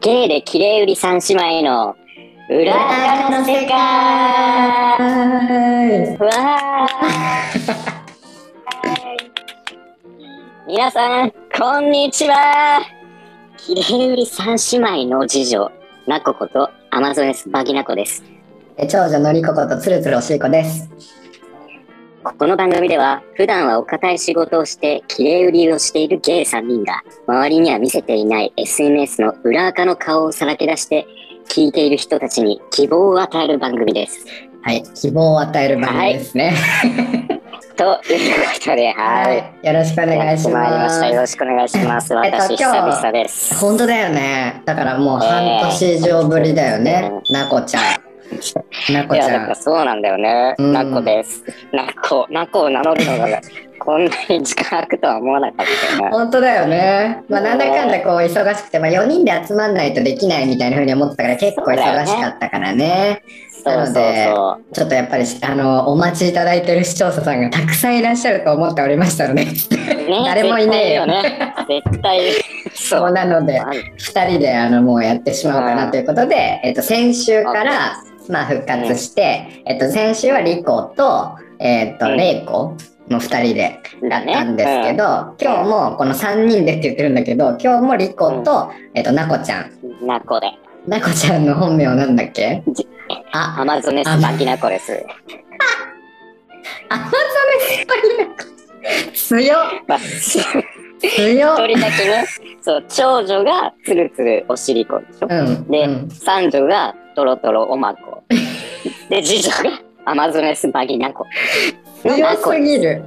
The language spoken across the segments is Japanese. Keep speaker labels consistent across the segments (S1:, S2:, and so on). S1: K で綺麗売り三姉妹の裏側の世界
S2: は
S1: わー皆さん、こんにちは綺麗売り三姉妹の次女、ナコことアマゾネスバギナコです。
S2: い。長女のりこことつるつるおしいこです。
S1: この番組では普段はお堅い仕事をして綺麗売りをしているゲイ3人が周りには見せていない SNS の裏垢の顔をさらけ出して聞いている人たちに希望を与える番組です。
S2: はい、希望を与える番組ですね。
S1: ということで、はい。
S2: い、よろしくお願いし
S1: やってまいりま
S2: ま
S1: した。よろしくお願いします。
S2: えっと
S1: 私、久
S2: 今日
S1: 々です。
S2: す。本当だよね。だからもう半年以上ぶりだよね。なこ ちゃん。なこ
S1: い
S2: ち
S1: や、だか
S2: ゃ
S1: ら
S2: ん。
S1: そうなんだよね。
S2: うん
S1: ナコです。ナコ、ナコを名乗るの がこんなに時間空くとは思わなかったよね。
S2: 本当だよね。まあ、なんだかんだこう忙しくて、まあ、4人で集まんないとできないみたいな風に思ってたから結構忙しかったからね。
S1: そうそうそう。
S2: ちょっとやっぱりあのお待ちいただいてる視聴者さんがたくさんいらっしゃると思っておりましたので、
S1: ね
S2: 誰もいないよ
S1: ね。絶対いるよね。絶対
S2: そうなので
S1: ある
S2: 2人であのもうやってしまおうかなということで、えっと先週から、まあ、復活して、えっと先週はリコと,、えっと
S1: うん
S2: レイコの2人で
S1: だ
S2: だっ
S1: ね
S2: たんですけど、今日もこの3人でって言ってるんだけど今日もリコと、えっとナコちゃん
S1: ナコで。
S2: ナコちゃんの本名なんだっけ
S1: じ
S2: あ
S1: アマゾネスバキナコです。
S2: アマゾネスパリナコ強っ
S1: まあ、一
S2: 強っ
S1: 人だけね、そう、長女がつるつるおしりこでしょ。
S2: うん
S1: で、
S2: うん
S1: 三女がとろとろおま こ。で、次女がアマゾネスバギナコ。ナコ
S2: 強すぎる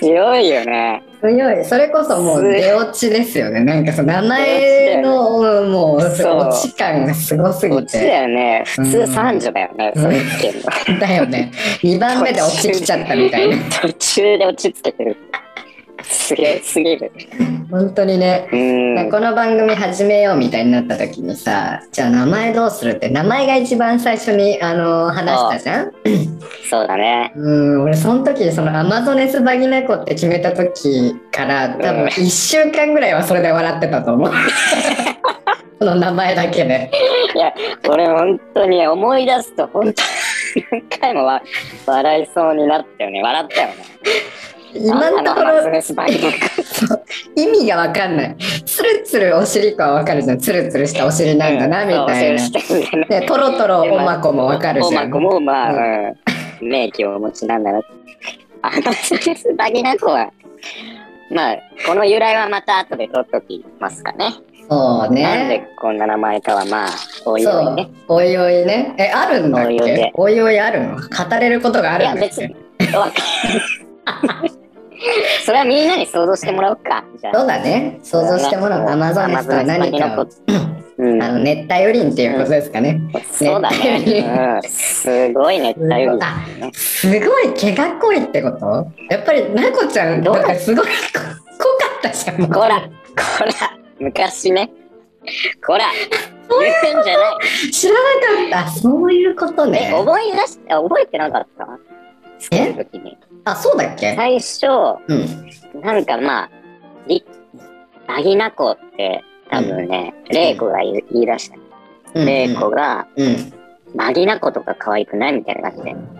S1: 強いよね。
S2: 強いそれこそもう
S1: 強い
S2: 出落ちですよねなんかその名前のもう
S1: そう
S2: 落ち感がすごすぎ
S1: 落ち
S2: て
S1: だよね。普
S2: う
S1: 通
S2: ん
S1: 三女だよね。
S2: うん
S1: そういう意見の。
S2: だよね2番目で落ちきちゃったみたいな
S1: 途中で落ち着けてる。すげえ、すぎる。
S2: 本当にね
S1: うん。
S2: この番組始めようみたいになった時にさじゃあ名前どうするって名前が一番最初にあの話したじゃん
S1: そうだね。
S2: うん俺その時そのアマゾネスバギナコって決めた時から多分
S1: うん
S2: 1週間ぐらいはそれで笑ってた と思うその名前だけで
S1: いや、俺本当に思い出すと本当に何回もわ笑いそうになったよね。笑ったよね。
S2: 今のとこ
S1: あのアマゾ
S2: ろ
S1: ネスバイ
S2: 意味がわかんないつるつるお尻かはわかるじゃんつるつるしたお尻なんだなみたいな
S1: な
S2: でトロトロおまこもわかる
S1: お
S2: じゃ
S1: ま
S2: ん
S1: こもまあ、うん、名機をお持ちなんだな。アマゾネスバギナコは、まあ、この由来はまた後で取っときますかね。
S2: そう
S1: なんで
S2: ね
S1: こんな名前かはまあ、おい
S2: そ
S1: おいうね。
S2: おいおいねえあるんだっ
S1: おいおい
S2: け
S1: で
S2: おいおいあるの語れることがあ
S1: い
S2: る
S1: や、
S2: んだっ
S1: 別
S2: け
S1: に、 わかんないそれはみんなに想像してもらおうか。じゃあ
S2: そうだね想像してもらうアマゾネスとは何かを
S1: うん、
S2: あの熱帯雨林っていうことですかね、
S1: そうだね。うん、すごい熱帯雨林。
S2: あすごい毛が濃いってことやっぱりなこちゃん
S1: どう
S2: なんかすごいこ濃かったじゃんもう
S1: こら、こら、昔ね。こら、言うんじゃ ない。
S2: 知らなかったそういうこと
S1: え、
S2: ね
S1: 覚え出し、あ覚えてなかった作る時に。
S2: あそうだっけ、
S1: 最初、
S2: うん
S1: なんかまあ、り、バギナコって、多分ね、レイコが言い言い出した。
S2: うん
S1: レイコが、
S2: うんうん
S1: バギナコとか可愛くないみたいな感じで。
S2: うんうん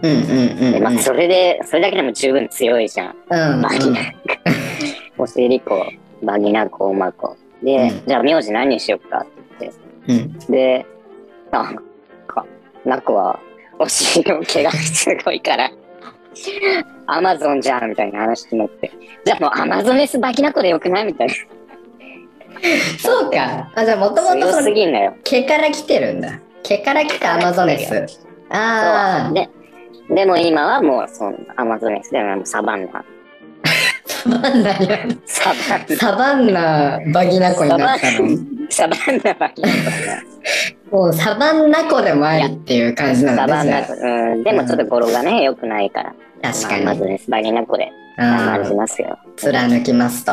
S2: う
S1: で
S2: ん
S1: まあ、それで、それだけでも十分強いじゃん。
S2: うん
S1: バギナ。おしりこ、バギナコ、おまこ。で、
S2: うん
S1: じゃあ名字何にしよっかって
S2: うん
S1: 言って。で、なんか、ナコは、お尻の毛がすごいから、アマゾンじゃんみたいな話になって。じゃあもうアマゾネスバギナコでよくないみたいな。
S2: そうかあじゃあもともと
S1: 強
S2: そ
S1: す
S2: の
S1: ぎんだよ。
S2: 毛から来てるんだ毛から来たアマゾネスあ
S1: そう。
S2: あ
S1: で、でも今はもう、そのアマゾネスでもサバンナ。
S2: サバンナに
S1: サバン
S2: サバンナバギナコになったの
S1: ナ。サバンナバギナコ
S2: もうサバンナコでもありっていう感じな
S1: サ
S2: ん
S1: バ
S2: だ
S1: ン
S2: ね
S1: ナコ。うん。でもちょっと語呂がね、良くないから。
S2: 確か
S1: まあま
S2: に
S1: ずね、スパゲナコで頑張り
S2: うん
S1: ますよ。
S2: 貫きますと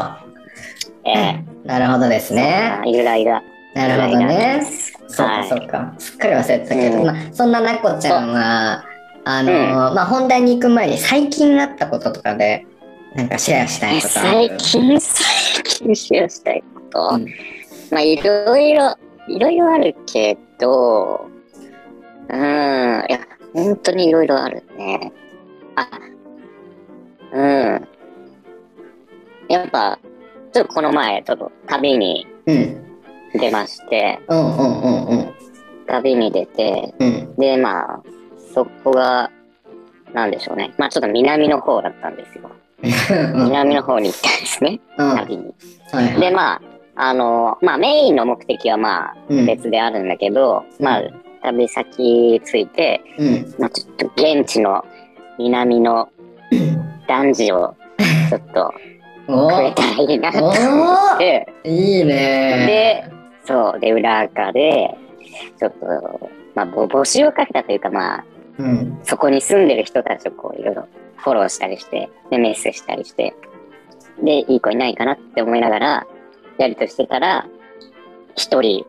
S1: ええ
S2: なるほどですね
S1: あいるらいるら。
S2: なるほどねそう
S1: は
S2: か
S1: い
S2: そうかすっかり忘れてたけ
S1: う
S2: ど
S1: ん
S2: まあそんななこちゃんはあのーまあ本題に行く前に最近あったこととかでなんかシェアしたいことあ
S1: 最
S2: る
S1: 近、最近シェアしたいこと。
S2: うん
S1: まあ、いろいろいろいろあるけど、うん、いや、本当にいろいろあるね。あ、うん。やっぱ、ちょっとこの前、ちょっと旅に
S2: うん。
S1: 出まして、
S2: うんうんうんうん。
S1: 旅に出て、
S2: うん。
S1: で、まあ、そこが、なんでしょうね。まあ、ちょっと南の方だったんですよ。
S2: うん。
S1: 南の方に行ったんですね、
S2: うん。はい
S1: 旅に。
S2: はい。
S1: で、まあ、あの、まあ、メインの目的はまあ、
S2: うん。
S1: 別であるんだけど、まあ、旅先着いて、
S2: うん。
S1: まあ、ちょっと現地の南 の男児をちょっと
S2: お
S1: くれ
S2: ー
S1: たらいいなと
S2: お
S1: 思っ
S2: ー
S1: て、
S2: いいね
S1: で、そう、で、裏垢で、ちょっと、まあ、ぼ募集をかけたというか、まあ、
S2: ー。うん。
S1: そこに住んでる人たちをこう、いろいろフォローしたりして、で、メッセージしたりして、で、いい子いないかなって思いながら、やりとしてたら、一人、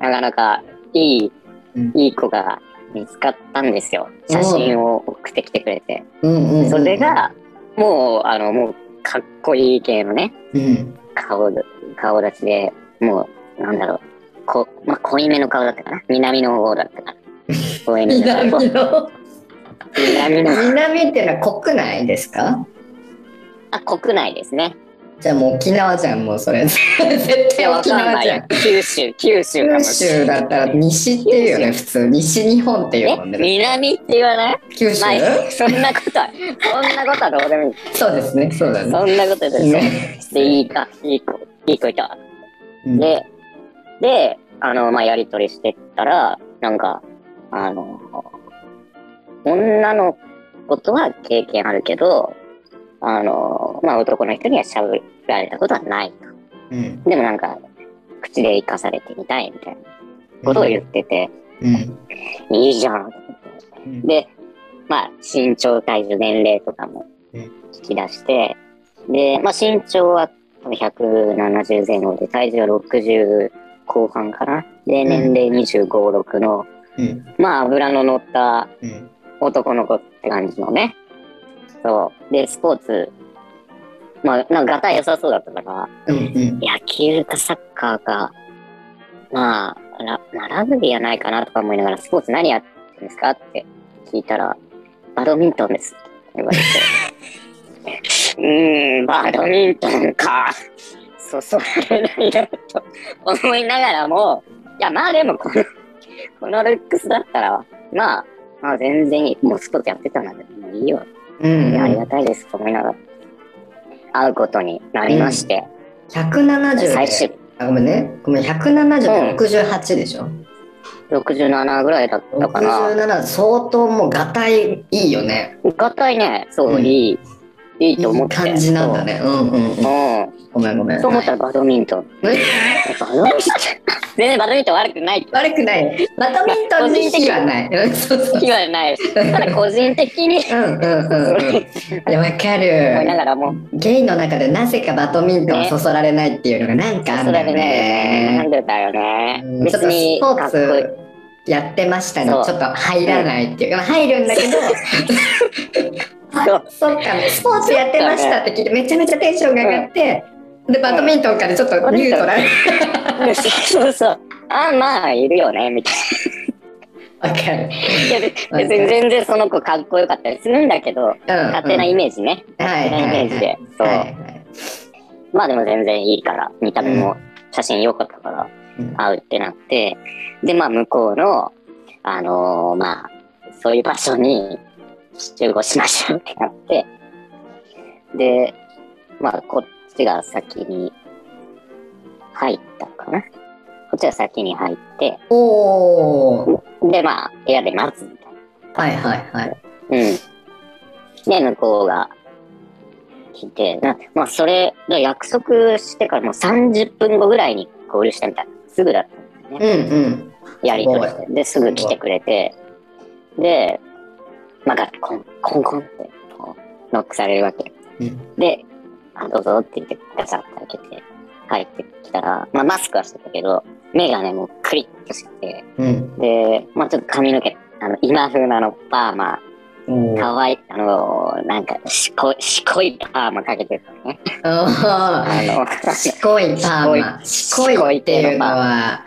S1: なかなかいい、
S2: うん
S1: いい子が見つかったんですよ。写真を送ってきてくれて。
S2: うんうんうん。
S1: それ、が、もう、あの、もう、かっこいい系のね、
S2: うん。
S1: 顔だ、顔立ちで、もう、なんだろう、こ、まあ、濃いめの顔だったかな。南の方だったかな。濃いめの
S2: 南
S1: 顔
S2: の、
S1: 南の
S2: 南っていうのは国内ですか
S1: あ、国内ですね。
S2: じゃあもう沖縄じゃん、も うそれ。絶
S1: い
S2: 対
S1: や、わ
S2: 沖
S1: かん
S2: 縄
S1: な
S2: じゃん
S1: い。。九州、九州か
S2: 九
S1: もし
S2: 州
S1: れな
S2: だ
S1: い。
S2: ったら西っていうよね普通西日本っていうもん
S1: え、
S2: ね
S1: 南って言わない
S2: 九州
S1: まあ、そんなことは、そんなことはどうでもいい。
S2: そうですねそうだね
S1: そんなことで、
S2: ね
S1: で、いいか、いい子、いい子いた。
S2: うん
S1: で、で、あの、まあ、やりとりしてったら、なんか、あの、女の子とは経験あるけど、あの、まあ、男の人には喋られたことはないと。
S2: うん
S1: でもなんか、口で生かされてみたいみたいなことを言ってて、
S2: うん
S1: いいじゃん。
S2: うん
S1: で、まあ、身長、体重、年齢とかも
S2: うん
S1: 聞き出して、で、まあ、身長は多分170前後で、体重は60後半かな。で、
S2: うん
S1: 年齢25、6の、
S2: うん
S1: まあ、脂の乗った
S2: うん
S1: 男の子って感じのね。そう。で、スポーツ、まあ、なんか、ガタ良さそうだったから、
S2: うん
S1: 野球かサッカーか、まあ、ラまあラグビーはないかなとか思いながら、スポーツ何やってるんですかって聞いたら、バドミントンですって言われて、 うーん、バドミントンか。そそられないなと思いながらも、いや、まあでもこの、このルックスだったら、まあ、まあ全然いい。もうスポーツやってたんだけど、もういいよ。
S2: うん
S1: いやあり
S2: うん
S1: がたいですと思いながら、会うことになりまして、
S2: 170で
S1: 最終
S2: あごめんねごめん170で68でしょ
S1: 67ぐらいだったかな。
S2: 67相当もうがたいいいよね
S1: がたいね、そう、
S2: うん
S1: いい、いい
S2: い
S1: と思っ
S2: い
S1: て。
S2: 感じなんだねうんうんうん
S1: そう。
S2: ごめんごめ
S1: うんん。そう思ったらバドミントン。
S2: はい
S1: バドミントン 全然バドミントン悪くない。
S2: 悪くないバドミントンに火はないうん そうそう
S1: 気はない。ただ個人的に、
S2: うんうんうん うんいやわか
S1: 思い
S2: る
S1: ながらも、
S2: ゲイの中でなぜかバドミントンは
S1: ね
S2: そそられないっていうのがなんかある
S1: そ
S2: んだ
S1: れ
S2: よ
S1: でね、なん
S2: ね。
S1: でだよね
S2: う。んちょ
S1: 別
S2: っとス
S1: に、
S2: ポ
S1: か
S2: ー
S1: っこいい。
S2: ツやってましたね。ち
S1: そ
S2: ょっ
S1: う
S2: と入らないっていうか、まあ入るんだけど、
S1: そう
S2: そっか、スポーツやってましたって聞いて、めちゃめちゃテンションが上がって、で、バドミントンからちょっとニュートラル。
S1: そうそう。あ、まあ、いるよね、みたい
S2: わか
S1: な。
S2: る。
S1: いや別に全然その子かっこよかったりするんだけど、
S2: うん。
S1: 勝手な
S2: イ
S1: イメージね。
S2: メ
S1: 勝手なイメージで。そう。まあでも全然いいから、見た目も写真良かったから、会うってなって、で、まあ向こうの、あのーまあ、そういう場所に集合しましょうってなって、で、まあこっちが先に入ったのかな。こっちが先に入って、
S2: おー。
S1: で、まあ部屋で待つみたい
S2: はいはいはい。
S1: な。うん。で、向こうが来て、なまあそれ、で約束してからもう30分後ぐらいに合流したみたいな。すぐだったんだよね。
S2: うんうん。
S1: やり取りして、で、すぐ来てくれて、で、まあ、ガコン、コンコンって、こうノックされるわけ。
S2: うん
S1: で、あ、どうぞって言って、ガサッと開けて、帰ってきたら、まあ、マスクはしてたけど、目がね、もうクリッとしてて、
S2: うん。
S1: で、まあ、ちょっと髪の毛、あの、今風なあの、パーマ、
S2: おー
S1: かわいい、あの、なんか、しこい、しこいパーマかけてたのね。
S2: あー
S1: あの、
S2: しこいパーマ。しこいっていうのは、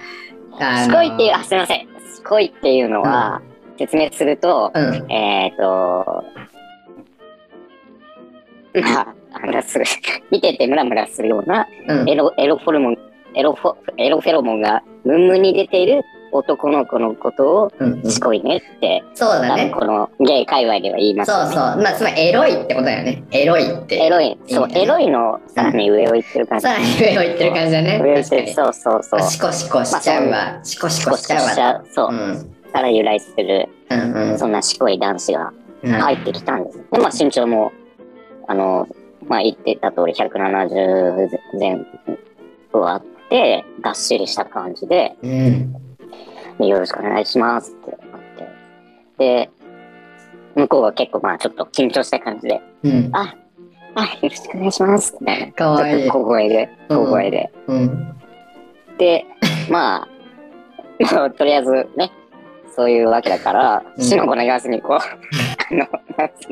S2: あ
S1: す
S2: の
S1: こいっていう、あ、すいません。すこいっていうのは、説明すると、
S2: うん。
S1: えっ、ー、と、まあ、あのすごい見ててムラムラするような
S2: うん。
S1: エロエロフォルモン、エロフォエロフェロモンがムンムンに出ている男の子のことを、
S2: うん。うん
S1: しこいねって、
S2: そうだ
S1: 多
S2: ね
S1: 分。このゲイ界隈では言います
S2: そう
S1: よ
S2: そう。
S1: ね。
S2: まあ、つまりエロいってことだよね。エロいって。
S1: エロい、そう、
S2: いいね
S1: エロいのさらに上を行ってる感じ。
S2: さらにエロいってる感じだね。
S1: 上を行っ
S2: 確か
S1: て
S2: に
S1: る、。そうそうそう。
S2: シコシコしちゃうわ。シコシコしちゃう
S1: ゃ
S2: わ。
S1: う。そうう、
S2: ん。
S1: から由来する、
S2: うんうん
S1: そんなしこい男子が
S2: うん。
S1: 入ってきたんです。で、まあ身長も、あの、まあ言ってた通り170前後あって、がっしりした感じで、
S2: うん。
S1: でよろしくお願いしますってなって。で、向こうは結構まあちょっと緊張した感じで、
S2: うん。
S1: あ、よろしくお願いしますみたいな。
S2: かわい
S1: ちょ
S2: い
S1: っと小声で、小声で。
S2: うん。
S1: で、まあ、まあ、とりあえずね、そういうわけだから、
S2: うん
S1: しのこの言わずにこう、あの、なんつう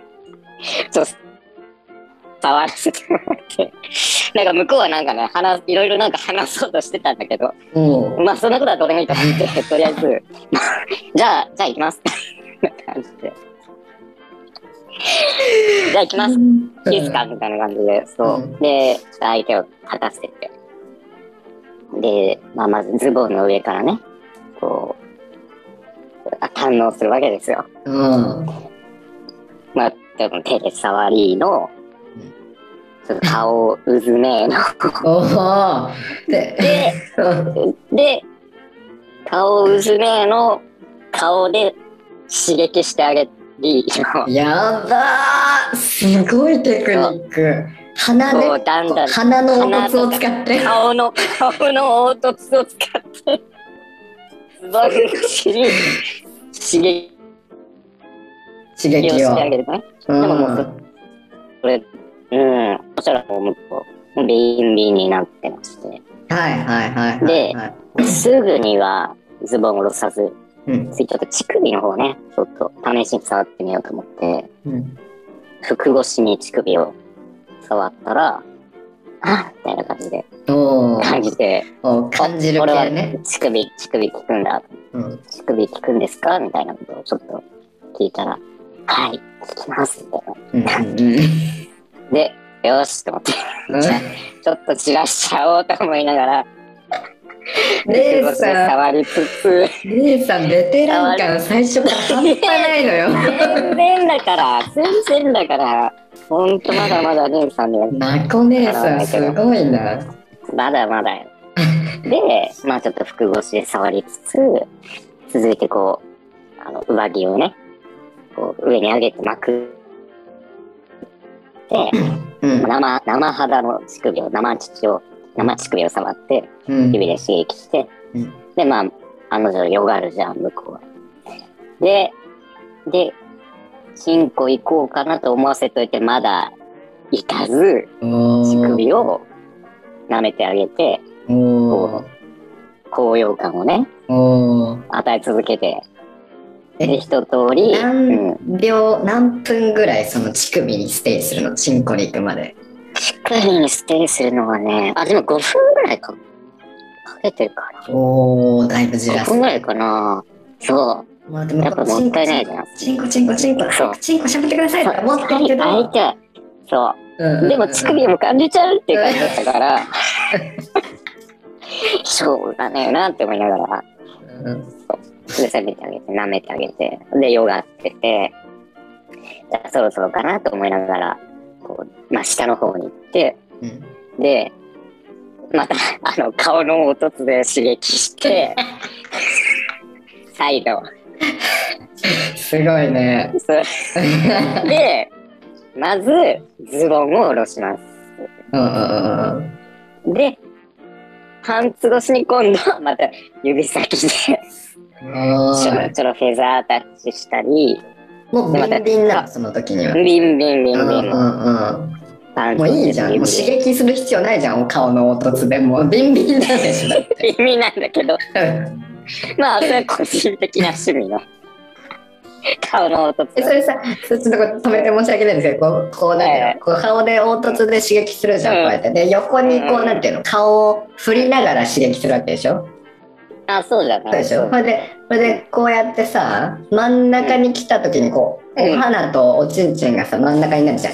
S1: のちょっと、触らせてもらって、なんか向こうはなんかね、話、いろいろなんか話そうとしてたんだけど、
S2: おう
S1: まあそんなことはどうでもいいと思って、とりあえず、まあじゃあ、じゃあ行きます。 みたいな感じで。じゃあ行きます。いいですかみたいな感じで、そう。
S2: うん
S1: で、相手を立たせてて。で、まあ、まずズボンの上からね、こう、あ堪能するわけですよ。
S2: うん。
S1: まあ、ちょっと手で触りの、ちょっと顔をうずめの。
S2: おお。 で、
S1: で、
S2: うん
S1: で、顔をうずめの顔で刺激してあげり、
S2: やばーすごいテクニック。鼻
S1: こ
S2: で
S1: う、、だんだん
S2: 鼻の凹凸を使って。
S1: 顔の顔の凹凸を使ってズボンに刺激
S2: 刺
S1: を
S2: 激
S1: し
S2: を。
S1: てあげるね。
S2: うん
S1: でももうこれ、うん、そしたらもう向こう、ビンビンになってまして、
S2: はいはいはい。
S1: で
S2: はい、
S1: すぐにはズボンを下ろさず、
S2: うん。
S1: 次ちょっと乳首の方ね、ちょっと試しに触ってみようと思って、
S2: うん。
S1: 服越しに乳首を触ったら、あみたいな感じで、
S2: おー
S1: 感じて、
S2: おー感じる
S1: これは
S2: 系ね。
S1: 乳首、乳首効くんだ
S2: うん。
S1: 乳首聞くんですかみたいなことをちょっと聞いたら、はい、聞きますみたい
S2: うんうん
S1: な。で、よしと思って、
S2: うん。
S1: ちょっと散らしちゃおうと思いながら、
S2: 姉
S1: 手越しで
S2: さん、
S1: 触りつつ、
S2: 姉さん、ベテラン感最初から半端ない のよ。
S1: 全然だから、全然だから、ほんとまだまだ姉さんで、
S2: なこ姉さん、すごいな。
S1: まだまだよ。で、まあちょっと服越しで触りつつ、続いてこう、あの上着をね、こう上に上げて巻く。で、
S2: うん。
S1: 生生肌の乳首を生乳を生乳首を触って
S2: うん。
S1: 指で刺激して、
S2: うん
S1: でまああの女よがるじゃん向こうはででチンコ行こうかなと思わせといてまだ行かず
S2: お
S1: 乳
S2: ー
S1: 首を舐めてあげて
S2: おー
S1: 高揚感をね
S2: おー
S1: 与え続けて
S2: え
S1: で一通り、うん
S2: 何秒、何分ぐらいその乳首にステイするのチンコに行くまで。
S1: しっかりにステイするのはねあでも5分ぐらいかかけてるか
S2: おー、だいぶじ
S1: な
S2: ら
S1: 5
S2: す
S1: 分。ぐらいかなそう
S2: まあでも
S1: やっぱもったいないじゃん
S2: チンコチンコチンコ、
S1: そう
S2: チンコしゃべってくださいって思ってるけど。
S1: 相手はそ
S2: うんうんうん
S1: うでも乳首も感じちゃうっていう感じだったからしょうがねえなって思いながら
S2: うん
S1: で攻めてあげて舐めてあげてでヨガっててじゃあそろそろかなと思いながらこう、まあ、下の方に行って
S2: うん
S1: でまたあの顔の凹凸で刺激して再度
S2: すごいね。
S1: そうでまずズボンを下ろします
S2: うんうんうんうん
S1: で、パンツ越しに今度はまた指先でちょ
S2: も
S1: ろちょろフェザータッチしたり、
S2: う、もうビンビンなの、その時には。
S1: ビンビンビンビ
S2: う
S1: ン
S2: んう
S1: の
S2: ん
S1: パ
S2: う
S1: ン
S2: ん。
S1: ツ
S2: もういいじゃん。もう刺激する必要ないじゃん、お顔の凹凸で。もうビンビンなんでしょ。だっ
S1: 激意味なんだけど、
S2: て
S1: まあ、それは個人的な趣味の顔の凹
S2: え、そ
S1: 凸。
S2: れさ、そっちのとこ止めて申し訳ないんですけど、こう、こうなんていうの
S1: はい
S2: こう顔で凹凸で刺激するじゃん、
S1: うん
S2: こうやって。で、横にこうなんていうの、顔を振りながら刺激するわけでしょ
S1: あ、そうじゃ
S2: そ
S1: な
S2: うで
S1: い。
S2: しょ。それで、それでこうやってさ、真ん中に来た時にこう、
S1: うん
S2: お花とおちんちんがさ、真ん中になるじゃん。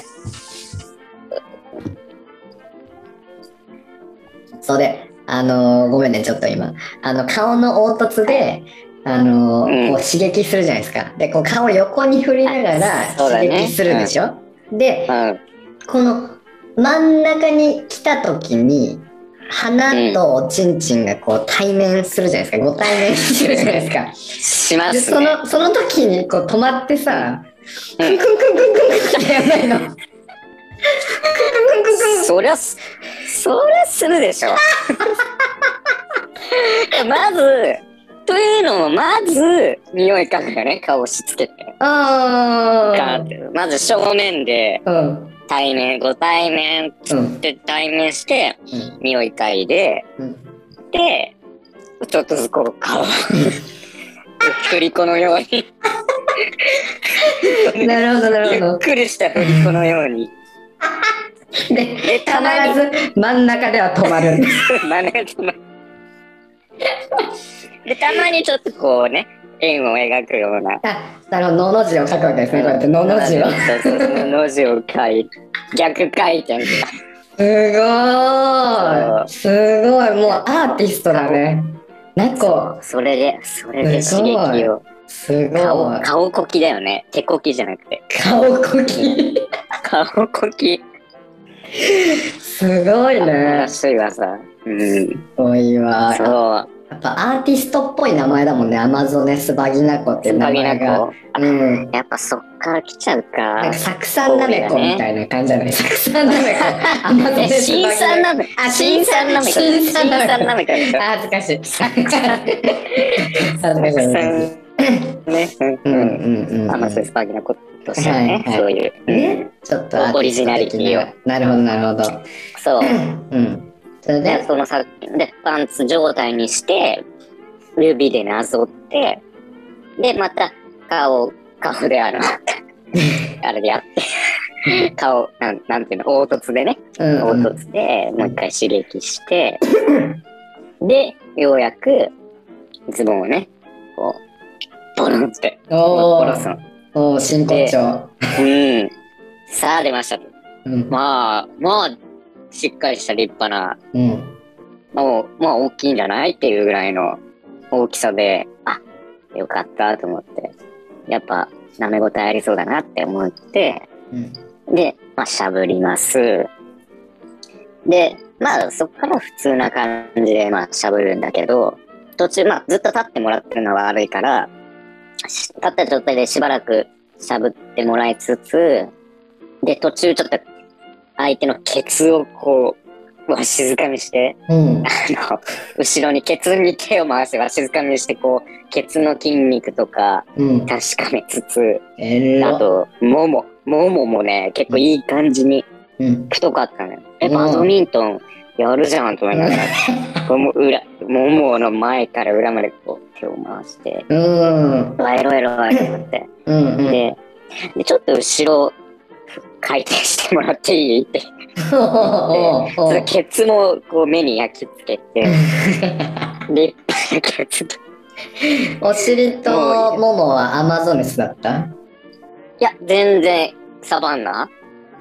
S2: そうで、あのーごめんね、ちょっと今。あの、顔の凹凸で、あのー
S1: うん
S2: こう刺激するじゃないですか。で、こう顔を横に振りながら
S1: そうだ
S2: 刺
S1: ね
S2: 激するでしょ。で
S1: う、ん。
S2: この真ん中に来た時に花とおちんちんがこう対面するじゃないですか、ご対面するじゃないです
S1: し
S2: か
S1: ま
S2: ですそ
S1: ね。
S2: のその時にこう止まってさ
S1: う
S2: ク
S1: ん
S2: ンクンクンクンクンクンってやんないのクンクンクンクンク ン
S1: そりゃす、そりゃするでしょ。 まず、というのも、まず、匂い嗅ぐよね、顔をしつけて。ガー
S2: あ
S1: ってまず正面で、
S2: ーうん
S1: 対面、ご対面っ
S2: うん
S1: て対面して、
S2: うん
S1: 匂い嗅いで、
S2: うん
S1: で、ちょっとずつこう顔を、 振り子のように、
S2: なるほどな
S1: ゆ
S2: るほ
S1: っくりした振り子のように、
S2: どで
S1: で、
S2: 必
S1: たまに、
S2: ず真ん中では止まるんです
S1: 真似てます で、たまにちょっとこうね、円を描くような。
S2: あなるほどのの字を書くわけですねこうやってのの字を
S1: そうそうそうの字を書い逆回転みたい
S2: すごーい。すごい。もうアーティストだね。猫
S1: な。それで、それで刺激を。
S2: すごい。
S1: 顔、顔こきだよね。手こきじゃなくて。
S2: 顔こき。
S1: 顔こき。
S2: すごいね
S1: ら。しいわさ。うん。
S2: すごいわ。や
S1: そう。
S2: っぱアーティストっぽい名前だもんね。アマゾネスバギナコっていう名
S1: 髪な
S2: 前が。
S1: こ。
S2: うん。
S1: やっぱそっから来ちゃう
S2: な
S1: か
S2: んか。サクサンナメコみたいな感じじゃないサクサンナ メコ。アマゾネ
S1: え、
S2: スバ
S1: 新
S2: ギナ
S1: さんなめ。
S2: あ
S1: 新さんなめ。
S2: 新さんなめ
S1: 新さんなめか。
S2: コ。あ恥ずかしい。 恥ずかしい。
S1: ね。
S2: う
S1: うん。
S2: うんんうん。
S1: アマゾネスバギナコとしてはね、
S2: はいはい
S1: そういう。
S2: ね、ちょっとアーティスト的な
S1: オリジナリティを。
S2: なるほど、なるほど。
S1: そう。
S2: うん。それ
S1: で、
S2: で、
S1: そのさ、で、パンツ状態にして、指でなぞって、で、また、顔、顔であ の、あれでやって、顔、なん、なんていうの、凹凸でね、
S2: うんう
S1: 凹
S2: ん、
S1: 凸でもう一回刺激して、で、ようやく、ズボンをね、こう、ボロンって、
S2: お
S1: ボロす
S2: ー
S1: の。
S2: おー、真骨頂。
S1: うん。さあ、出ました。
S2: うん。
S1: まあ、まあ、しっかりした立派な
S2: うん。
S1: もう、まあ大きいんじゃないっていうぐらいの大きさで、あ、よかったと思って、やっぱ舐め応えありそうだなって思って、
S2: うん。
S1: で、まあしゃぶります。で、まあそっから普通な感じで、まあしゃぶるんだけど、途中、まあずっと立ってもらってるのは悪いから、し立った状態でしばらくしゃぶってもらいつつ、で、途中ちょっと相手のケツをこう、わしづかみして、
S2: うん。
S1: あの後ろにケツに手を回してわしづかみにしてこうケツの筋肉とか
S2: うん。
S1: 確かめつつ
S2: え
S1: あ
S2: ら。
S1: ともももももね結構いい感じに
S2: うん。
S1: 太かったのよえ
S2: うん
S1: バドミントンやるじゃんと思いながらこうもう裏ももの前から裏までこう手を回して
S2: うん。
S1: わいろいろわいろって
S2: うん。うん。
S1: ででちょっと後ろ回転してもらっていいって
S2: おお
S1: そ
S2: お
S1: のケツもこう目に焼き付けて立派なケツと
S2: お尻とももはアマゾネスだった
S1: いや、全然、サバンナ、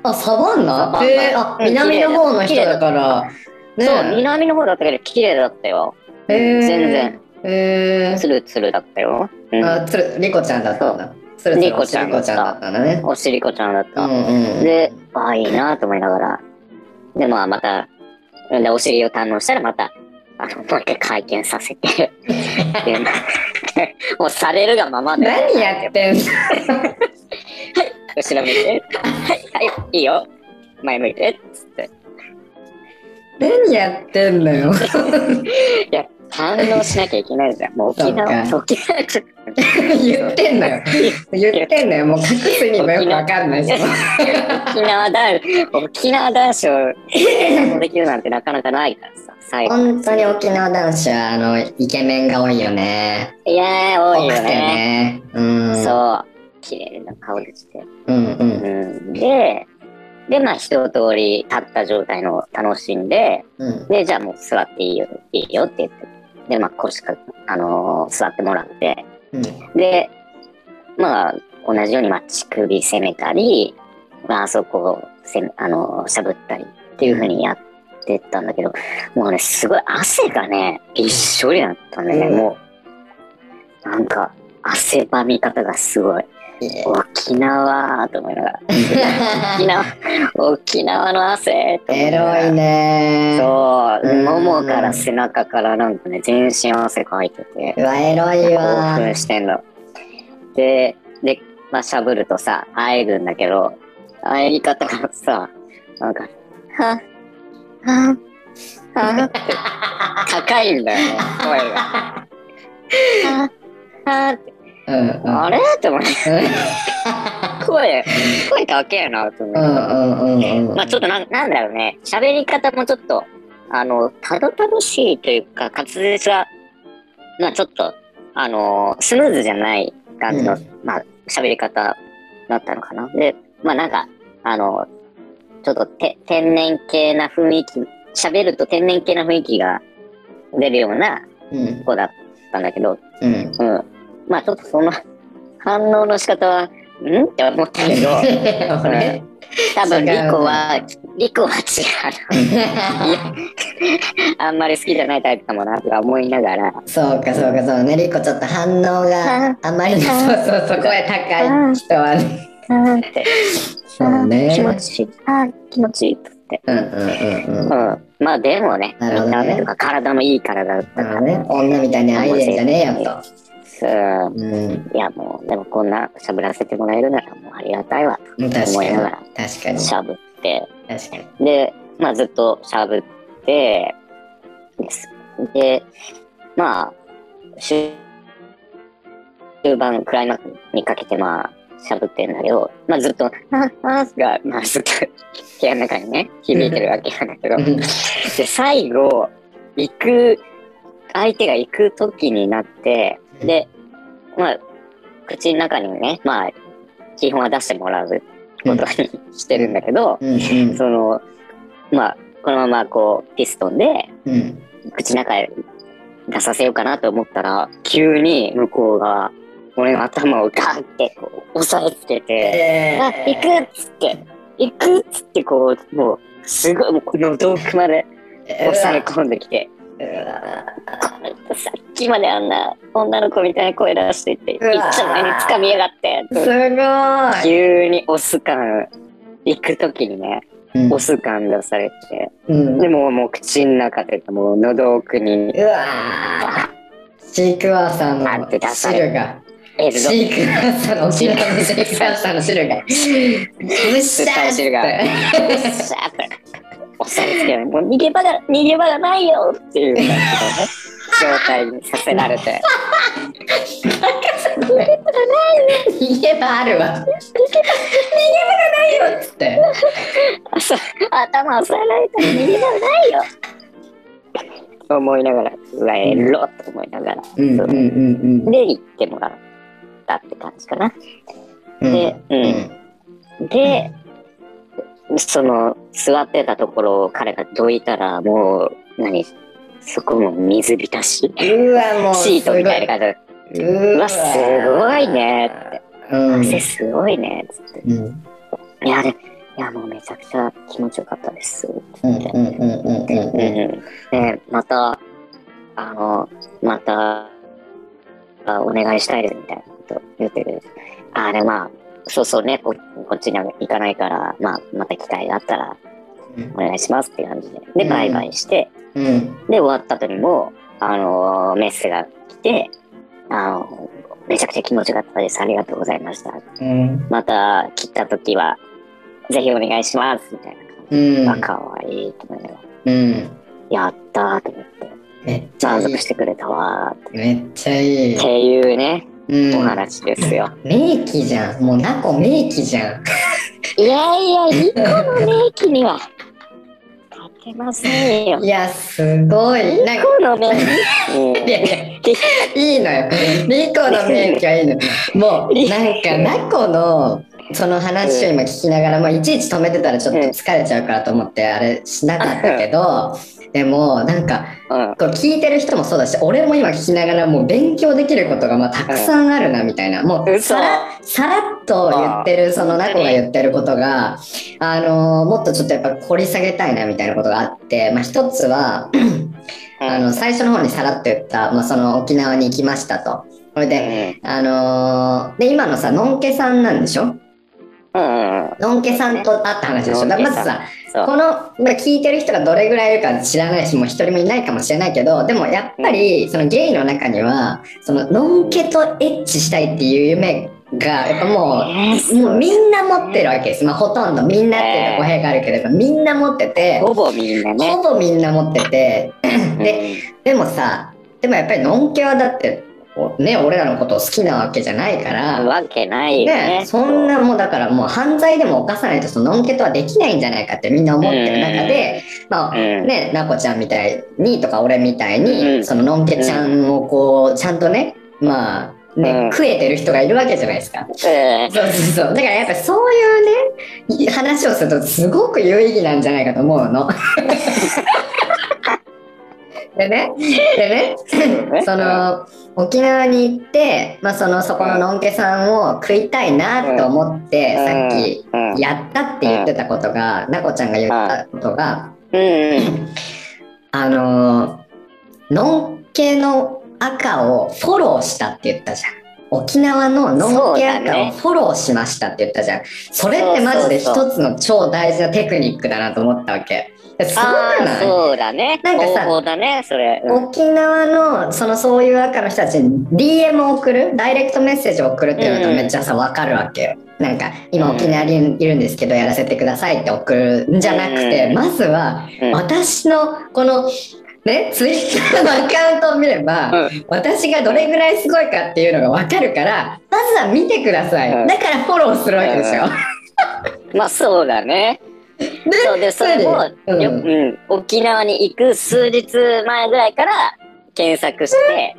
S2: あ、サバン
S1: サバ
S2: ナ
S1: ンナ
S2: えーあ、南の方の人だから。ね
S1: そう、南の方だったけど、綺麗だったよ。
S2: えー
S1: 全然、
S2: え
S1: ツルツルだったよ。う
S2: ー。
S1: ん、
S2: あ、つる、リコちゃんだったんだ。つるつる
S1: リコちゃんだっ
S2: リコ
S1: た
S2: ちゃんだったんだね。
S1: おしりこちゃんだっ
S2: う
S1: た。
S2: んうん。
S1: で、ああ、いいなと思いながら。で、まあ、また、で、お尻を堪能したら、また、あの、もう一回回転させて。 でまあ もうされるがままで。
S2: 何やってんの
S1: 後ろ向いて。はい、はい、いいよ。前向いて。つって。
S2: 何やってんのよ。
S1: いや、堪能しなきゃいけないじゃん。もう沖縄、
S2: そ
S1: 沖縄ちょっと
S2: 言ってんのよ。言ってんのよ。もう隠すにもよくわかんないし。
S1: 沖縄男沖縄男子をできるなんてなかなかないからさ、最後。
S2: 本当に沖縄男子は、あの、イケメンが多いよね。
S1: いやー、多いよ
S2: 多くて
S1: ね。
S2: ね。うん。
S1: そう。綺麗な顔でして。
S2: うんうん
S1: うん、で、で、まあ一通り立った状態のを楽しんで、
S2: うん。
S1: で、じゃあもう座っていいよ、いいよって言って。で、まあ、腰か、あのー座ってもらって、
S2: うん。
S1: で、まあ、同じように、まあ、乳首攻めたり、まあ、あそこをせめ、あの、しゃぶったりっていう風にやってったんだけど、もうね、すごい汗がね、びっしょりだったんだよ
S2: うん
S1: ね、もう。なんか、汗ばみ方がすごい。
S2: いいえ
S1: 沖縄と思いながら。沖縄、沖縄の汗と思
S2: エ
S1: ながら
S2: ロいね
S1: そう、
S2: うん
S1: ももから背中からなんかね、全身汗かいてて。
S2: うわ、エロい
S1: 興
S2: わ。
S1: 奮してんの。で、で、まあ、しゃぶるとさ、会えるんだけど、会り方がさ、なんか、は、は、はって、高いんだよね、声が。は、はって、
S2: うんうん。
S1: あれって思って、声、声高えな、と思
S2: う
S1: って。
S2: んうんうんうん。
S1: まあ、ちょっとなんなんだろうね、喋り方もちょっと、あの、たどたどしいというか、滑舌が、まあ、ちょっと、あのスムーズじゃない感じの、
S2: うん
S1: まあ、喋り方だったのかな。で、まあ、なんか、あのちょっとて天然系な雰囲気、喋ると天然系な雰囲気が出るような
S2: うん
S1: 子だったんだけど、
S2: うん。
S1: うん。まあ、ちょっとその反応の仕方は、んって思ったけど、
S2: 俺
S1: 多分リ
S2: 違う
S1: コは、リコは違 う。あんまり好きじゃないタイプかもなとか思いながら。
S2: そうかそうかそうね。リコちょっと反応があんまりね。そうそうそう。声高い人はね。
S1: って
S2: そうね。
S1: 気持ちいい。あー気持ちいいっつって。
S2: うんうんうん
S1: う
S2: うん。
S1: ん。まあでもね、
S2: なるほど
S1: 見
S2: ね
S1: た目とか体もいい体だった
S2: だ
S1: か
S2: かららね、女みたいにアイデアじゃねえやと。
S1: う
S2: うん。
S1: ん。いやもう、でもこんな喋らせてもらえるならもうありがたいわ
S2: 確か
S1: と
S2: に。
S1: 思いなが
S2: 確
S1: ら
S2: かに。
S1: しゃぶって。
S2: 確かに。
S1: で、まあずっとしゃぶって、です。で、まあ、終終盤クライマックスにかけて、まあ、しゃぶってんだけど、まあずっと、ああが、まあずっと部屋の中にね、響いてるわけなんだけど、
S2: うん
S1: で、最後、行く、相手が行く時になって、で、まあ、口の中にね、まあ、基本は出してもらうことにしてるんだけど、
S2: うんうん
S1: そのまあこのままこうピストンで
S2: うん。
S1: 口の中へ出させようかなと思ったら急に向こうが俺の頭をガンってこう押さえつけて「
S2: え
S1: あ行く!」っつって「行く!」っつってこうもうすごいもうこの洞窟まで押さえ込んできて「さっきまであんな女の子みたいな声出してていっ
S2: うわ
S1: ちょ前に掴みやがって」
S2: すごい。
S1: 急に押す感行く時にね押す感出されて。
S2: うん。
S1: でももう口の中というかもう喉奥に
S2: うわーシークワーサー
S1: なんてダ
S2: の
S1: サい
S2: 汁が。
S1: え
S2: シークワーサーの沖縄のシークワーサーの汁が。むしゃーって
S1: 汁がシャープ押さえつけられもう逃げ場が逃げ場がないよっていう感じのね状態にさせられて
S2: 逃げ場あるわ。逃げ場がないよっつって。
S1: あそう頭押さえられたら逃げ場がないよと思いながらうわえろと思いながら
S2: うんうんうん
S1: で行ってもらったって感じかな
S2: うん。
S1: で
S2: う
S1: うんんで、その座ってたところを彼がどいたらもう何そこも水浸し
S2: うわもう
S1: シートみたいな感じで
S2: すごいう
S1: わすごいねって
S2: うん
S1: 汗すごいねっつって
S2: うん
S1: いやでいやもうめちゃくちゃ気持ちよかったです
S2: うんうんうんうんうん
S1: うん
S2: うん
S1: でまたあのまたあお願いしたいですみたいなこと言ってるあでまあそうそうねここっちには行かないから、まあ、また機会があったらお願いしますっていう感じで
S2: う
S1: で
S2: ん
S1: バイバイして、
S2: うん
S1: で終わった後にもあのーメッセが来てあのめちゃくちゃ気持ちよかったですありがとうございました
S2: うん
S1: また来た時はぜひお願いしますみたいな感
S2: う
S1: じ、
S2: ん
S1: あかわいいと思いながら
S2: うん
S1: やったーと思って
S2: めっちゃ
S1: 満
S2: いい
S1: 足してくれたわー
S2: めっちゃいい
S1: っ。ていうね、
S2: うん
S1: お話ですよ
S2: 名機じゃん。もうナコ名機じゃん。
S1: いやいやリコの名機には勝てませんよ
S2: いや、すごい。なん
S1: リ
S2: か、
S1: コの名機
S2: いやいや、いいのよ。リコの名機はいいのよ。もう、なんか、ナコの、その話を 今聞きながら、もういちいち止めてたらちょっと疲れちゃうからと思って、あれしなかったけど、でも、なんか、
S1: うん。
S2: こう聞いてる人もそうだし、俺も今聞きながらもう勉強できることがまあたくさんあるなみたいな、もう
S1: 嘘
S2: さらさらっと言ってる、そのナコが言ってることが、あのーもっとちょっとやっぱ掘り下げたいなみたいなことがあって、まあ一つは、あの、最初の方にさらっと言った、まあその沖縄に行きましたと。それで、
S1: ね。
S2: あのーで、今のさ、のんけさんなんでしょ
S1: うんうんうん。
S2: のんけさんと会った話でしょだからまずさ、
S1: そう。
S2: この、まあ、聞いてる人がどれぐらいいるか知らないしもう一人もいないかもしれないけどでもやっぱりそのゲイの中にはそののんけとエッチしたいっていう夢がやっぱも
S1: え
S2: う
S1: ー
S2: もうみんな持ってるわけです、まあ、ほとんどみんなっていうと語弊があるけれどみんな持ってて
S1: ほぼみんなね。
S2: ほぼみんな持っててで
S1: で、
S2: でもさでもやっぱりのんけはだってこうね俺らのことを好きなわけじゃないから。
S1: わけないよね。
S2: ね、そんなもうだからもう犯罪でも犯さないとそののんけとはできないんじゃないかってみんな思ってる中で、まあ
S1: うん
S2: ね、なこちゃんみたいにとか俺みたいに、
S1: うん
S2: そののんけちゃんをこうちゃんとねまあね、
S1: うん
S2: 食えてる人がいるわけじゃないですか。
S1: うん。
S2: そうそうそうだからやっぱそういうね話をするとすごく有意義なんじゃないかと思うの。 でねでねその沖縄に行って、まあ、そのそこののんけさんを食いたいなと思って、さっき
S1: うんうん
S2: やったって言ってたことが、なこちゃんが言ったことが、
S1: うん
S2: あのーのんけの赤をフォローしたって言ったじゃん。沖縄ののんけ
S1: そうだ
S2: 赤を
S1: ね
S2: フォローしましたって言ったじゃん。それってマジで一つの超大事なテクニックだなと思ったわけ。すごく
S1: ああ
S2: な
S1: ー、
S2: い
S1: そうだね。
S2: なんかさ
S1: 方法だね、それ。うん
S2: 沖縄のそのそういう赤の人たちに DM を送るダイレクトメッセージを送るっていうのと
S1: うん
S2: めっちゃさ分かるわけよ。なんか今沖縄にいるんですけどやらせてくださいって送るんじゃなくて
S1: うん
S2: まずは
S1: うん
S2: 私のこのねツイッターのアカウントを見れば
S1: うん
S2: 私がどれぐらいすごいかっていうのが分かるからまずは見てくださ
S1: う
S2: い
S1: ん
S2: だからフォローするわけ ですよ。
S1: まあ、そうだね。
S2: で
S1: そうで、それも、
S2: うん
S1: ようん沖縄に行く数日前ぐらいから検索して、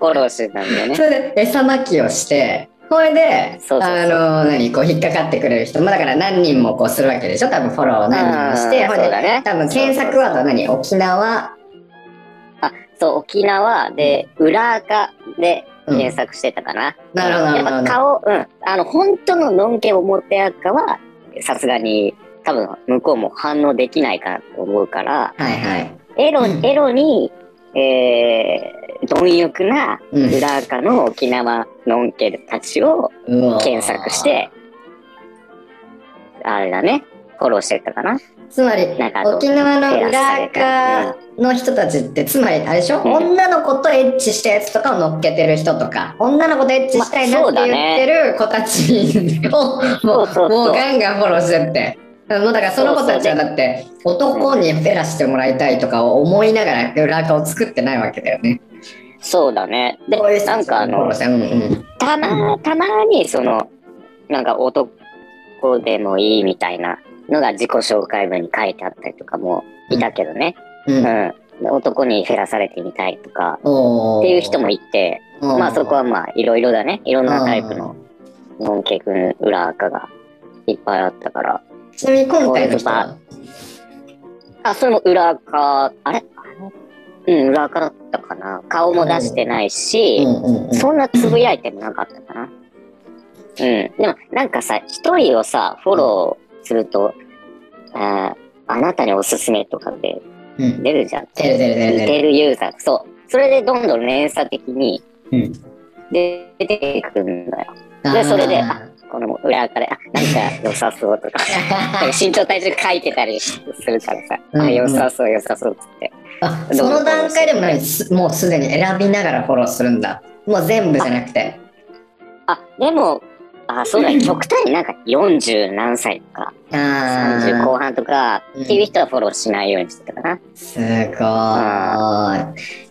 S1: フォローしてたんだよね
S2: そ。れで餌まきをしてこれで
S1: そうそうそう
S2: あの何こう引っかかってくれる人、まあ、だから何人もこうするわけでしょ多分フォローを何人もして
S1: うん
S2: ほいで
S1: そうだね
S2: 多分検索ワードは何沖縄
S1: そう、沖縄で、裏垢で
S2: うん
S1: 検索してたかな。
S2: なるほどなるほど
S1: やっぱ顔、うん。あの、本当ののんけ表垢は、さすがに、多分、向こうも反応できないかと思うから、
S2: はいはい
S1: エロ、
S2: うん
S1: エロに、えー、貪欲な
S2: うん
S1: 裏垢の沖縄のんけたちを
S2: うおー
S1: 検索して、あれだね、フォローしてたかな。
S2: つまり
S1: なんか
S2: 沖縄の
S1: 照らさ
S2: 裏
S1: れた
S2: 側の人たちってつまりあれでしょ、
S1: うん
S2: 女の子とエッチしたやつとかを乗っけてる人とか女の子とエッチしたいなって言ってる子たちを、も
S1: そうそうそう
S2: うもうガンガンフォローしてって。もうだからその子たちはだって男にフェラしてもらいたいとかを思いながら裏側を作ってないわけだよね。
S1: そうだね。で
S2: こういう、人
S1: な
S2: た
S1: ん
S2: ちを
S1: かあの
S2: フォロー、してうんうん
S1: たま、たまに、その、なんか男でもいいみたいなのが自己紹介文に書いてあったりとかもいたけどね。
S2: う
S1: うんん。男に減らされてみたいとか、
S2: おー
S1: っていう人もいて、
S2: うん
S1: まあそこはまあいろいろだね。いろんなタイプの、のんけくん、裏垢がいっぱいあったから。
S2: ちなみに今回の人は
S1: あ、それも裏垢、あれうん、裏垢だったかな。顔も出してないし、
S2: うんうんうん
S1: そんなつぶやいてもなかったかな。うん。でも、なんかさ、一人をさ、フォローすると、あーあなたにおすすめとかって
S2: うん
S1: 出るじゃん。
S2: 出る出る出る
S1: 似てるユーザー。そう。それでどんどん連鎖的に
S2: うん
S1: 出てくるんだよ。で、それで、
S2: あー
S1: あ、この裏から、あ、なんか 良さそうとか、なんか身長体重書いてたりするからさ、
S2: うんう
S1: あ、
S2: ん
S1: 良さそう良さそうっつって。
S2: あその段階でも何すもうすでに選びながらフォローするんだもう全部じゃなくて
S1: あ、でも、あ、そうだね。極端になんか40何歳とか、
S2: あ
S1: 30
S2: ー
S1: 後半とかっていう人はフォローしないようにしてたかな。
S2: すごい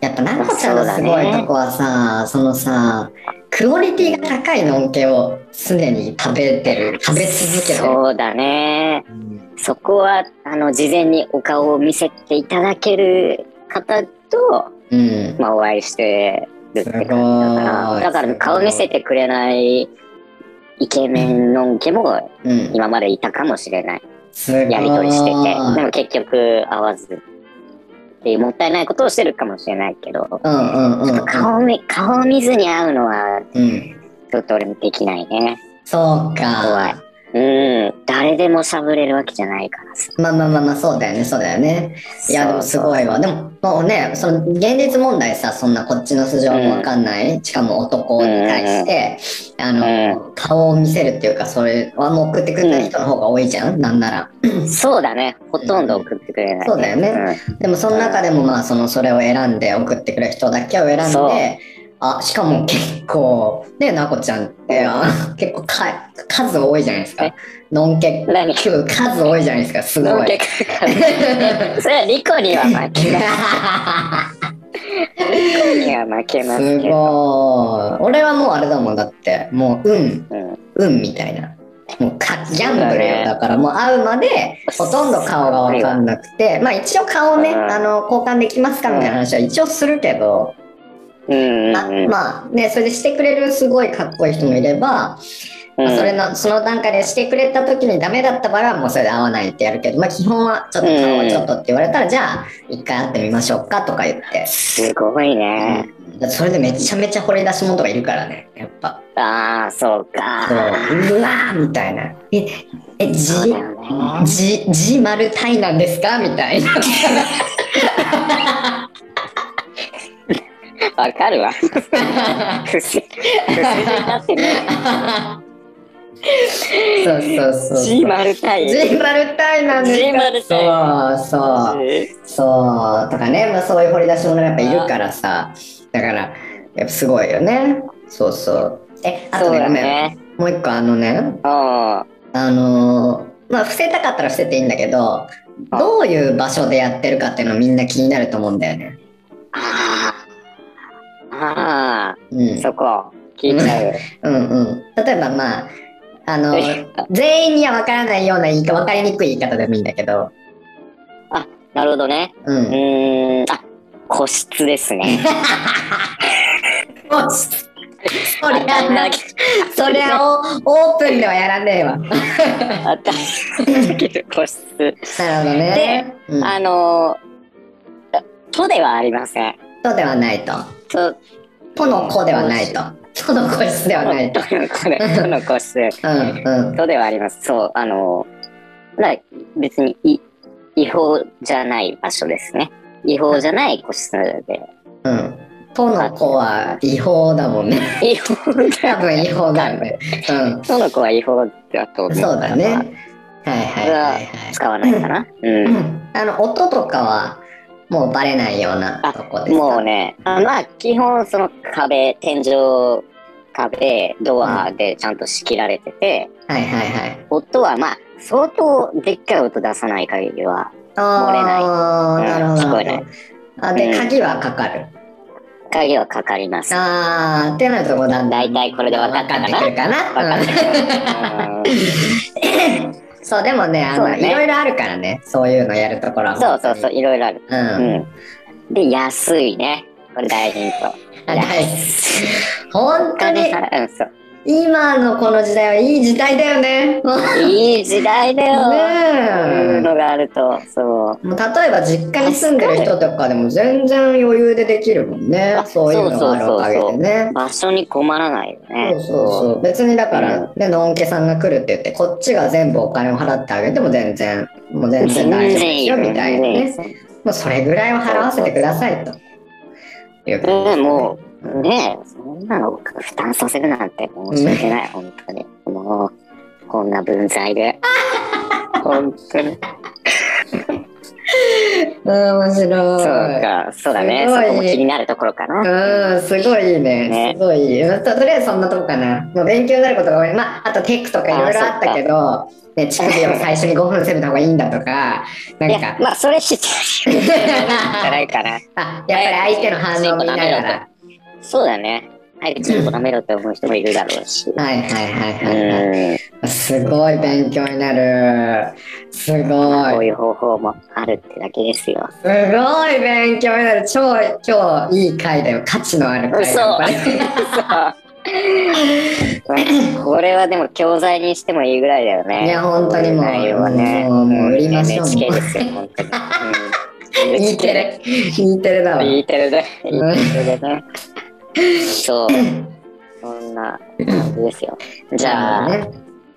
S2: やっぱなこちゃんのすごいとこはさそ,、のさクオリティが高いのんけを常に食べてる食べ続けてる
S1: そうだね。
S2: うん
S1: そこは、あの、事前にお顔を見せていただける方と、
S2: うん
S1: まあ、お会いしてるって感じだから。
S2: すごい
S1: だから、顔見せてくれないイケメンのんけも
S2: うん
S1: 今までいたかもしれない。
S2: すごい
S1: やりとりしてて。でも結局、会わずっていうもったいないことをしてるかもしれないけど、
S2: うんうんうんうん。
S1: 顔を見顔を見ずに会うのは、
S2: うん。
S1: ちょっと俺もできないね。
S2: そうか。
S1: 怖い。うん、誰でもしゃぶれるわけじゃないからさ。
S2: まあまあまあまあ、そうだよね、そうだよね。いや、でもす
S1: い。
S2: ごいわ。でも、もうね、その現実問題さ、そんなこっちの素性もわかんない、しかも男に対して、あの、顔を見せるっていうか、それはもう送ってくれた人の方が多いじゃん、なんなら。
S1: そうだね。ほとんど送ってくれない、
S2: そうだよねでも、その中でもまあ、その、それを選んで、送ってくれる人だけを選ん
S1: そう
S2: で、あ、しかも結構、ね、なこちゃんって、あ結構か、数多いじゃないですか
S1: え。
S2: のんけ
S1: 何
S2: く数多いじゃないですか、す
S1: うん。
S2: ご
S1: のん
S2: い
S1: け。から。それはリコには負けない。リコには負けますす
S2: ご
S1: け
S2: い
S1: ど。
S2: 俺はもうあれだもんだってもう運
S1: うん、
S2: 運みたいなもうかギャンブ
S1: そう
S2: ルよ
S1: だ
S2: だ,、
S1: ね
S2: からもう会うまでほとんど顔が分かんなくてまあ一応顔ね、
S1: うん
S2: あの交換できますかみたいな話は一応するけど、
S1: うんうん
S2: あ
S1: うん
S2: まあねそれでしてくれるすごいかっこいい人もいれば、まあそれのその段階でしてくれた時にダメだった場合はもうそれで会わないってやるけど、まあ、基本はちょっと顔はちょっとって言われたら、じゃあ一回会ってみましょうかとか言って
S1: すごいね。
S2: だってそれでめちゃめちゃ掘り出し物とかいるからねやっぱ
S1: ああ、そう
S2: そう
S1: か。
S2: うわーみたいなええじ
S1: そうだよね
S2: じじ丸タイなんですかみたいな
S1: わか るわ。不正不正になってね。
S2: そうそうそう
S1: G 丸対。
S2: じ丸タイなんですか
S1: G 丸タ
S2: そうそうそうとかね、まあ、そういう掘り出し物がやっぱいるからさだからやっぱすごいよねそうそうえあと
S1: そう
S2: ね
S1: だ
S2: ごめん
S1: ね。
S2: もう一個あのね
S1: あ
S2: あのーまあ伏せたかったら伏せていいんだけどどういう場所でやってるかっていうのみんな気になると思うんだよね。
S1: あー。あ
S2: うん、う
S1: あ、
S2: ん
S1: そこ。聞いちゃう。
S2: うん例えばまああの全員には分からないような言い方分かりにくい言い方でもいいんだけど、
S1: なるほどね。う
S2: う、
S1: んーん。あ、個室ですね。
S2: そりゃ なそりゃオオープンではやらねえわ。なるほ
S1: あった。 個室。
S2: どね。うん、
S1: あのー、とではありません。
S2: とではないと。
S1: と、
S2: との子ではないと。との個室ではないと。
S1: とのこれ、との個室。
S2: うんうん
S1: とではあります。そう、あの、まあ、別にい違法じゃない場所ですね。違法じゃない個室 で。
S2: うん。との子は違法だもんね。
S1: 違法
S2: 多
S1: だ。
S2: 分違法だよね。うん。
S1: との子は違法だと思う。
S2: そうだね。はいはいはいはい。
S1: 使わないかな。う
S2: うんあの音とかはもうバレないような
S1: あ
S2: とこで
S1: ん。
S2: すか。
S1: もうね、あまあ、基本その壁、天井、壁、ドアでちゃんと仕切られてて、
S2: はいはいはい。
S1: 音はまあ、相当でっかい音出さない限りは、漏れない
S2: ああ、なる
S1: う
S2: ほど。
S1: ん聞こえない
S2: あで、
S1: うん
S2: 鍵はかかる。
S1: 鍵はかかります。
S2: ああ、ってなるとこだんだ
S1: 大
S2: ん。
S1: 体これで分かったかな
S2: 分ってくるかな。
S1: わか
S2: うん
S1: る。
S2: そう、でもね、あ
S1: そう
S2: の、
S1: だ
S2: い
S1: ね
S2: ろいろあるからね。そういうのやるところは。
S1: そうそうそう、。いろいろある。
S2: うん。
S1: うん。で、安いね。これ大ヒント。
S2: あ大
S1: 安い。
S2: 本当に、
S1: うん、そう。
S2: 今のこの時代はいい時代だよね。もう
S1: いい時代だよ。こういう
S2: ね
S1: のがあると、そう。
S2: もう例えば実家に住んでる人とかでも全然余裕でできるもんね
S1: あ
S2: そういうのがあるおかげでね
S1: 場所に困らないよね。
S2: そうそうそう別にだから、
S1: う
S2: ねのんけさんが来るって言ってこっちが全部お金を払ってあげても全然もう全然
S1: 全
S2: 大丈夫
S1: 然
S2: で
S1: い
S2: す
S1: い
S2: よ
S1: よ。
S2: みたいなねもうそれぐらいを払わせてくださいという感じ
S1: ね
S2: ですね
S1: もう、ねそんなの負担させるなんて申し訳ない、本当に。もう、こんな文在 で。本当に。
S2: うん面白
S1: そ
S2: い
S1: うか、そうだね。
S2: すごい
S1: そこも気になるところかな。
S2: うん、すごいいいね。
S1: ね
S2: すごいいいと。とりあえずそんなとこかな。もう勉強になることが多い。まあ、あとテックとかいろいろあったけど、ね、乳首を最初に5分攻めた方がいいんだとか、
S1: い
S2: なん
S1: や
S2: か、、
S1: まあ、それ知ってるじゃないか な。
S2: あ、やっぱり相手の反応を見ながら。
S1: そうだね。早くチンコ舐めろって思う人もいるだろうし。
S2: はいはいは
S1: う
S2: いはい
S1: ん。
S2: はい。すごい勉強になる。すごい。す
S1: こ
S2: ご
S1: う
S2: い
S1: いう方法もあるってだけですよ。
S2: 勉強になる。超、今日いい回だよ。価値のある回だよ。
S1: 嘘
S2: こ れ
S1: これはでも教材にしてもいいぐらいだよね。
S2: いや本当にもう
S1: こういう内容はね。
S2: もうもう売りましょう
S1: NHK ですよ、本当に。うん
S2: E テレ。E テレだわ。
S1: E テレで。E テレでね。そう。そんな感じですよ。じゃあ、
S2: ね。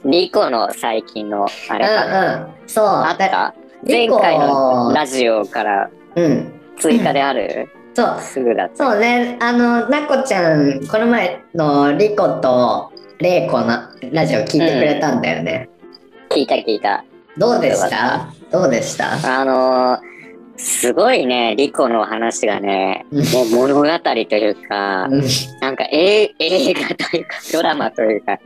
S1: リコの最近のあ
S2: う
S1: れか
S2: んうん。そう。
S1: あった前
S2: リコ
S1: 回のラジオから
S2: うん。
S1: 追加である
S2: そう。
S1: すぐだった。
S2: そうね。あの、なこちゃん、この前のリコとレイコのラジオ聞いてくれたんだよね。
S1: 聞いた聞いた。
S2: どうでし
S1: よか
S2: たどうでした
S1: あのーすごいね、リコの話がね、もう物語というか、
S2: うん
S1: なんか、え映画というか、ドラマというか、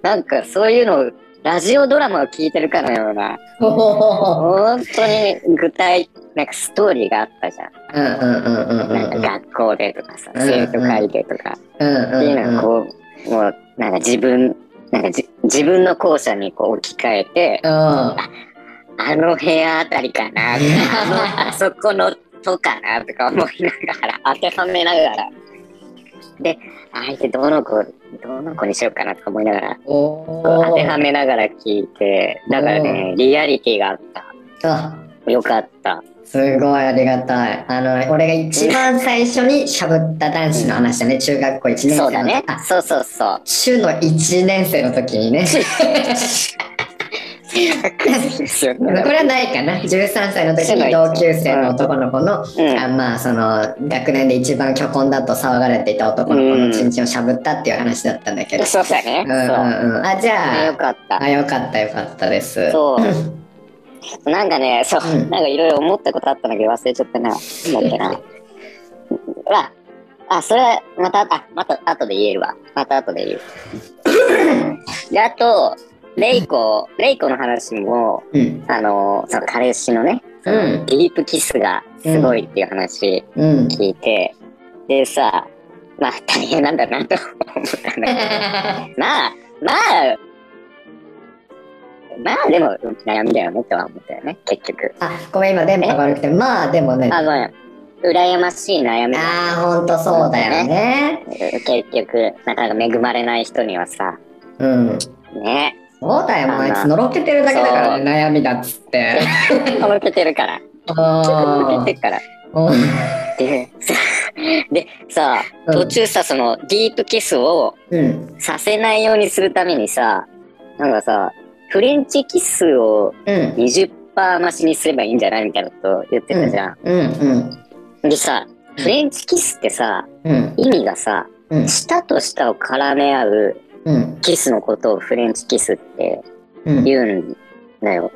S1: なんかそういうのを、ラジオドラマを聞いてるかのような、
S2: ほほほほ
S1: 本当に具体、なんかストーリーがあったじゃん。
S2: うんうんうんうんうん
S1: なんか学校でとかさ、
S2: うんうん
S1: 生徒会でとか、っ
S2: うん
S1: ていう
S2: うん
S1: のをこう、もう、なんか自分、なんかじ自分の校舎にこう置き換えて、
S2: うん
S1: あの部屋あたりかな、あのあそこのとかなとか思いながら、当てはめながら。で、相手どの子、どの子にしようかなとか思いながら、
S2: おー
S1: 当てはめながら聞いて、だからね、リアリティがあった。
S2: あ
S1: よかった。
S2: すごいありがたい。あの、俺が一番最初にしゃぶった男子の話だね、中学校1年生の時。
S1: そうだね。
S2: あ
S1: そうそう そう。
S2: 中の1年生の時にね。
S1: ですよ
S2: これ
S1: ね
S2: はないかな。13歳の時に同級生の男の子の、
S1: うん
S2: あまあ、その、学年で一番虚婚だと騒がれていた男の子のチンチンをしゃぶったっていう話だったんだけど。
S1: そうだね。
S2: うんうんうん。あ、
S1: そ
S2: じ
S1: う。ね
S2: ゃ
S1: よ
S2: あ、
S1: かった。
S2: あ、よかったよかったです。
S1: そう。なんかね、そう、
S2: うん
S1: なんかいろいろ思ったことあったんだけど忘れちゃったな。なんだっけな。あ、あ、それ、また、あ、また後で言えるわ。また後で言う。で、あと、レイコ、レイコの話も、
S2: うん。
S1: あの、その彼氏のね、その
S2: うん
S1: ディープキスがすごいっていう話
S2: うん。
S1: 聞いて、でさ、まあ大変なんだなと思ったんだけど。まあ、まあ、まあでも悩みだよねとは思ったよね、結局。
S2: あ、ごめん、今電波が悪くて。まあ、でもね。
S1: あ、ごめん。羨ましい悩みだよ。
S2: ああ、ほんとそうだよね。
S1: 結局、なかなか恵まれない人にはさ、
S2: うん。
S1: ね、
S2: そうだよ、もうあい
S1: あ
S2: つ
S1: んな
S2: のろけてるだけだからね、悩みだっつ って。
S1: 届けてるから。
S2: あ
S1: 届けてるから。
S2: ー
S1: で、さ、で、さ、
S2: うん
S1: 途中さ、そのディープキスを
S2: うん。
S1: させないようにするためにさ、なんかさ、フレンチキスを
S2: うん。
S1: 20%増しにすればいいんじゃないみたいなこと言ってたじゃん。
S2: うん。うん。
S1: でさ、フレンチキスってさ、
S2: うん。
S1: 意味がさ、
S2: うん。
S1: 舌と舌を絡め合う
S2: うん。
S1: キスのことをフレンチキスって
S2: うん。
S1: 言うんだよ。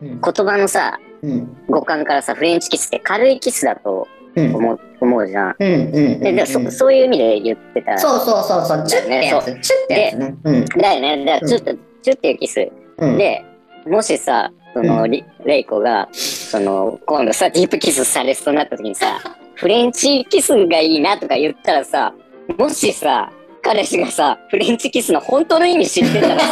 S2: う
S1: 言
S2: ん。
S1: 葉のさ、
S2: うん。
S1: 語感からさ、フレンチキスって軽いキスだと
S2: うん。
S1: 思う思うじゃん。
S2: うん。うん。
S1: で、で
S2: そ
S1: そそういう意味で言ってた。
S2: そうそうそうそう。チュってやつ。チュってやつね。うん。
S1: だよね。だから、ちょっと、ちょっというキス。
S2: うん。
S1: で、もしさ、そうの、リレイコが、その、今度さ、ディープキスされそうになった時にさ、フレンチキスがいいなとか言ったらさ、もしさ、彼氏がさ、フレンチキスの本当の意味知ってたらさ、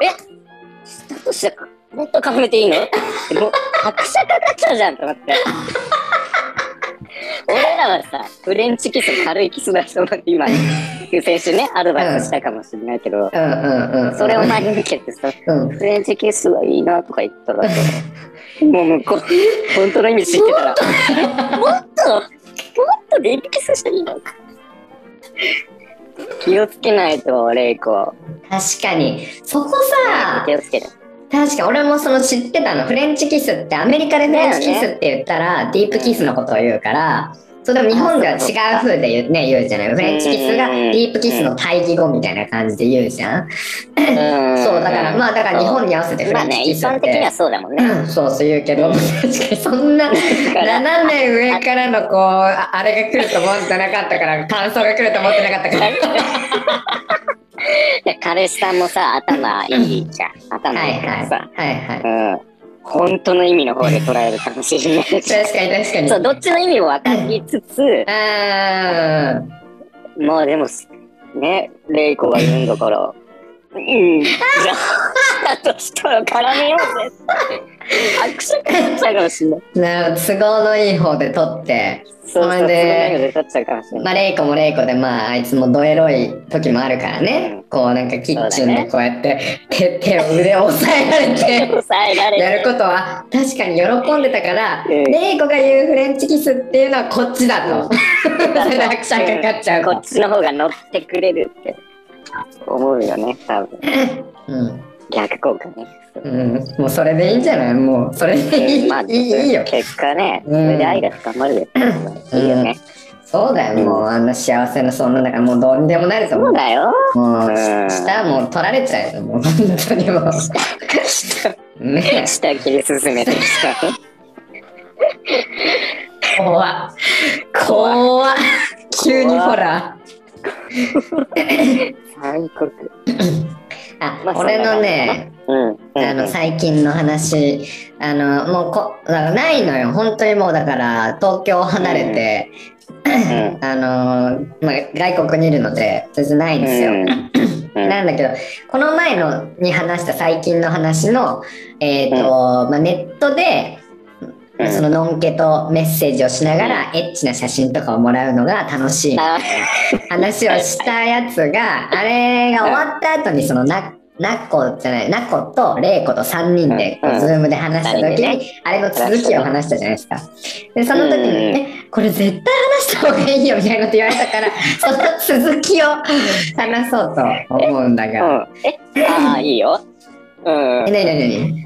S1: えだとしたら、もっとかぶれていいのってもう、拍車かかっちゃうじゃんと思って。俺らはさ、フレンチキス、軽いキスだと思って今、先週ね、アドバイスしたかもしれないけど、
S2: うんうんうん。
S1: それを真に受けてさ、
S2: うん。
S1: フレンチキスはいいなとか言った ら、もう向こう、本当の意味知ってたら、もっと、もっとディープキスしていいのか。気をつけないと、レイコ。
S2: 確かに。そこさ、
S1: 気をつ ける。
S2: 確か俺もその知ってたのフレンチキスってアメリカでフレンチキスって言ったら、ディープキスのことを言うから、それでも日本では違う風で言う,、ね、言うじゃないフレンチキス
S1: う
S2: が
S1: ん
S2: ディープキスの対義語みたいな感じで言うじゃん、そうだからまあだから日本に合わせてフ
S1: まあ
S2: レンチ
S1: ね、
S2: キ
S1: 一
S2: スっ
S1: 般的には
S2: て、
S1: そうだもんね。
S2: うんそうそう言う けど、
S1: うん
S2: 確かにそんな
S1: ら
S2: 斜め上からのこうああれが来ると思ってなかったから感想が来ると思ってなかったから
S1: で彼氏さんもさ、頭いいじゃん。頭
S2: はい
S1: いいか
S2: は
S1: ら
S2: い
S1: さ、
S2: はいはい
S1: うん。本当の意味の方で捉えるかもしれ ないし。
S2: 確かに確かに
S1: そう、どっちの意味も分かりつつ、
S2: あー
S1: まあでも、ね、レイコが言うんだから、うん、じゃだとしたら絡めようぜって。握手会になっちゃうかもしれない。
S2: な都合のいい方で撮って、
S1: そうそう、
S2: それで
S1: そういうので取っちゃうかもしれない。
S2: まあ、レイコもレイコで、まあ、あいつもどエロい時もあるから
S1: う
S2: ね
S1: ん。
S2: こう、なんかキッ
S1: そ
S2: チン
S1: うだ
S2: で
S1: ね
S2: こうやって、手、 手を腕を押さえられて。
S1: 抑えられて
S2: やることは確かに喜んでたから、
S1: うん
S2: レイコが言うフレンチキスっていうのはこっちだ と。
S1: だと
S2: 拍車がかかっちゃう
S1: ことっ。ちの方が乗ってくれるって思うよね、多分。
S2: うん、
S1: 逆効果 ね。
S2: うん、もうそれでいいんじゃないもうそれでいい,、
S1: まあ、
S2: いいいいよ。
S1: 結果ね、そ
S2: うん
S1: れで愛が深まるよ。
S2: うん
S1: いいよね。
S2: そうだよ、もうあんな幸せなそんな中もうどうにでもなるぞ。
S1: そう
S2: もう
S1: だよ。うん
S2: 下はもう取られちゃうよ、もう本当にもう。ね
S1: 下切り進めてきた。
S2: え怖っ怖っ急にほら。
S1: 韓国。
S2: あ、
S1: まあ
S2: 俺のね、
S1: うん。うん
S2: あの最近の話あのもうこだからないのよ本当にもうだから東京を離れて、
S1: うん
S2: あのまあ、外国にいるので全然ないんですよ、
S1: うん
S2: なんだけどこの前のに話した最近の話の、えーと
S1: うん
S2: まあ、ネットで
S1: うん
S2: そののんけとメッセージをしながらエッチな写真とかをもらうのが楽しい
S1: あ
S2: 話をしたやつが、あれが終わった後に、そのな、なっこじゃない、なこと、れいこと3人で、こ
S1: うんう
S2: う、
S1: ん
S2: ズームで話した時
S1: 二人
S2: に、あれの続きを話したじゃないですか。で、その時に、
S1: うん
S2: え、これ絶対話した方がいいよ、みたいなこと言われたから、その続きを話そうと思うんだが。
S1: うん。え、ああ、いいよ。うん
S2: え、。なになになに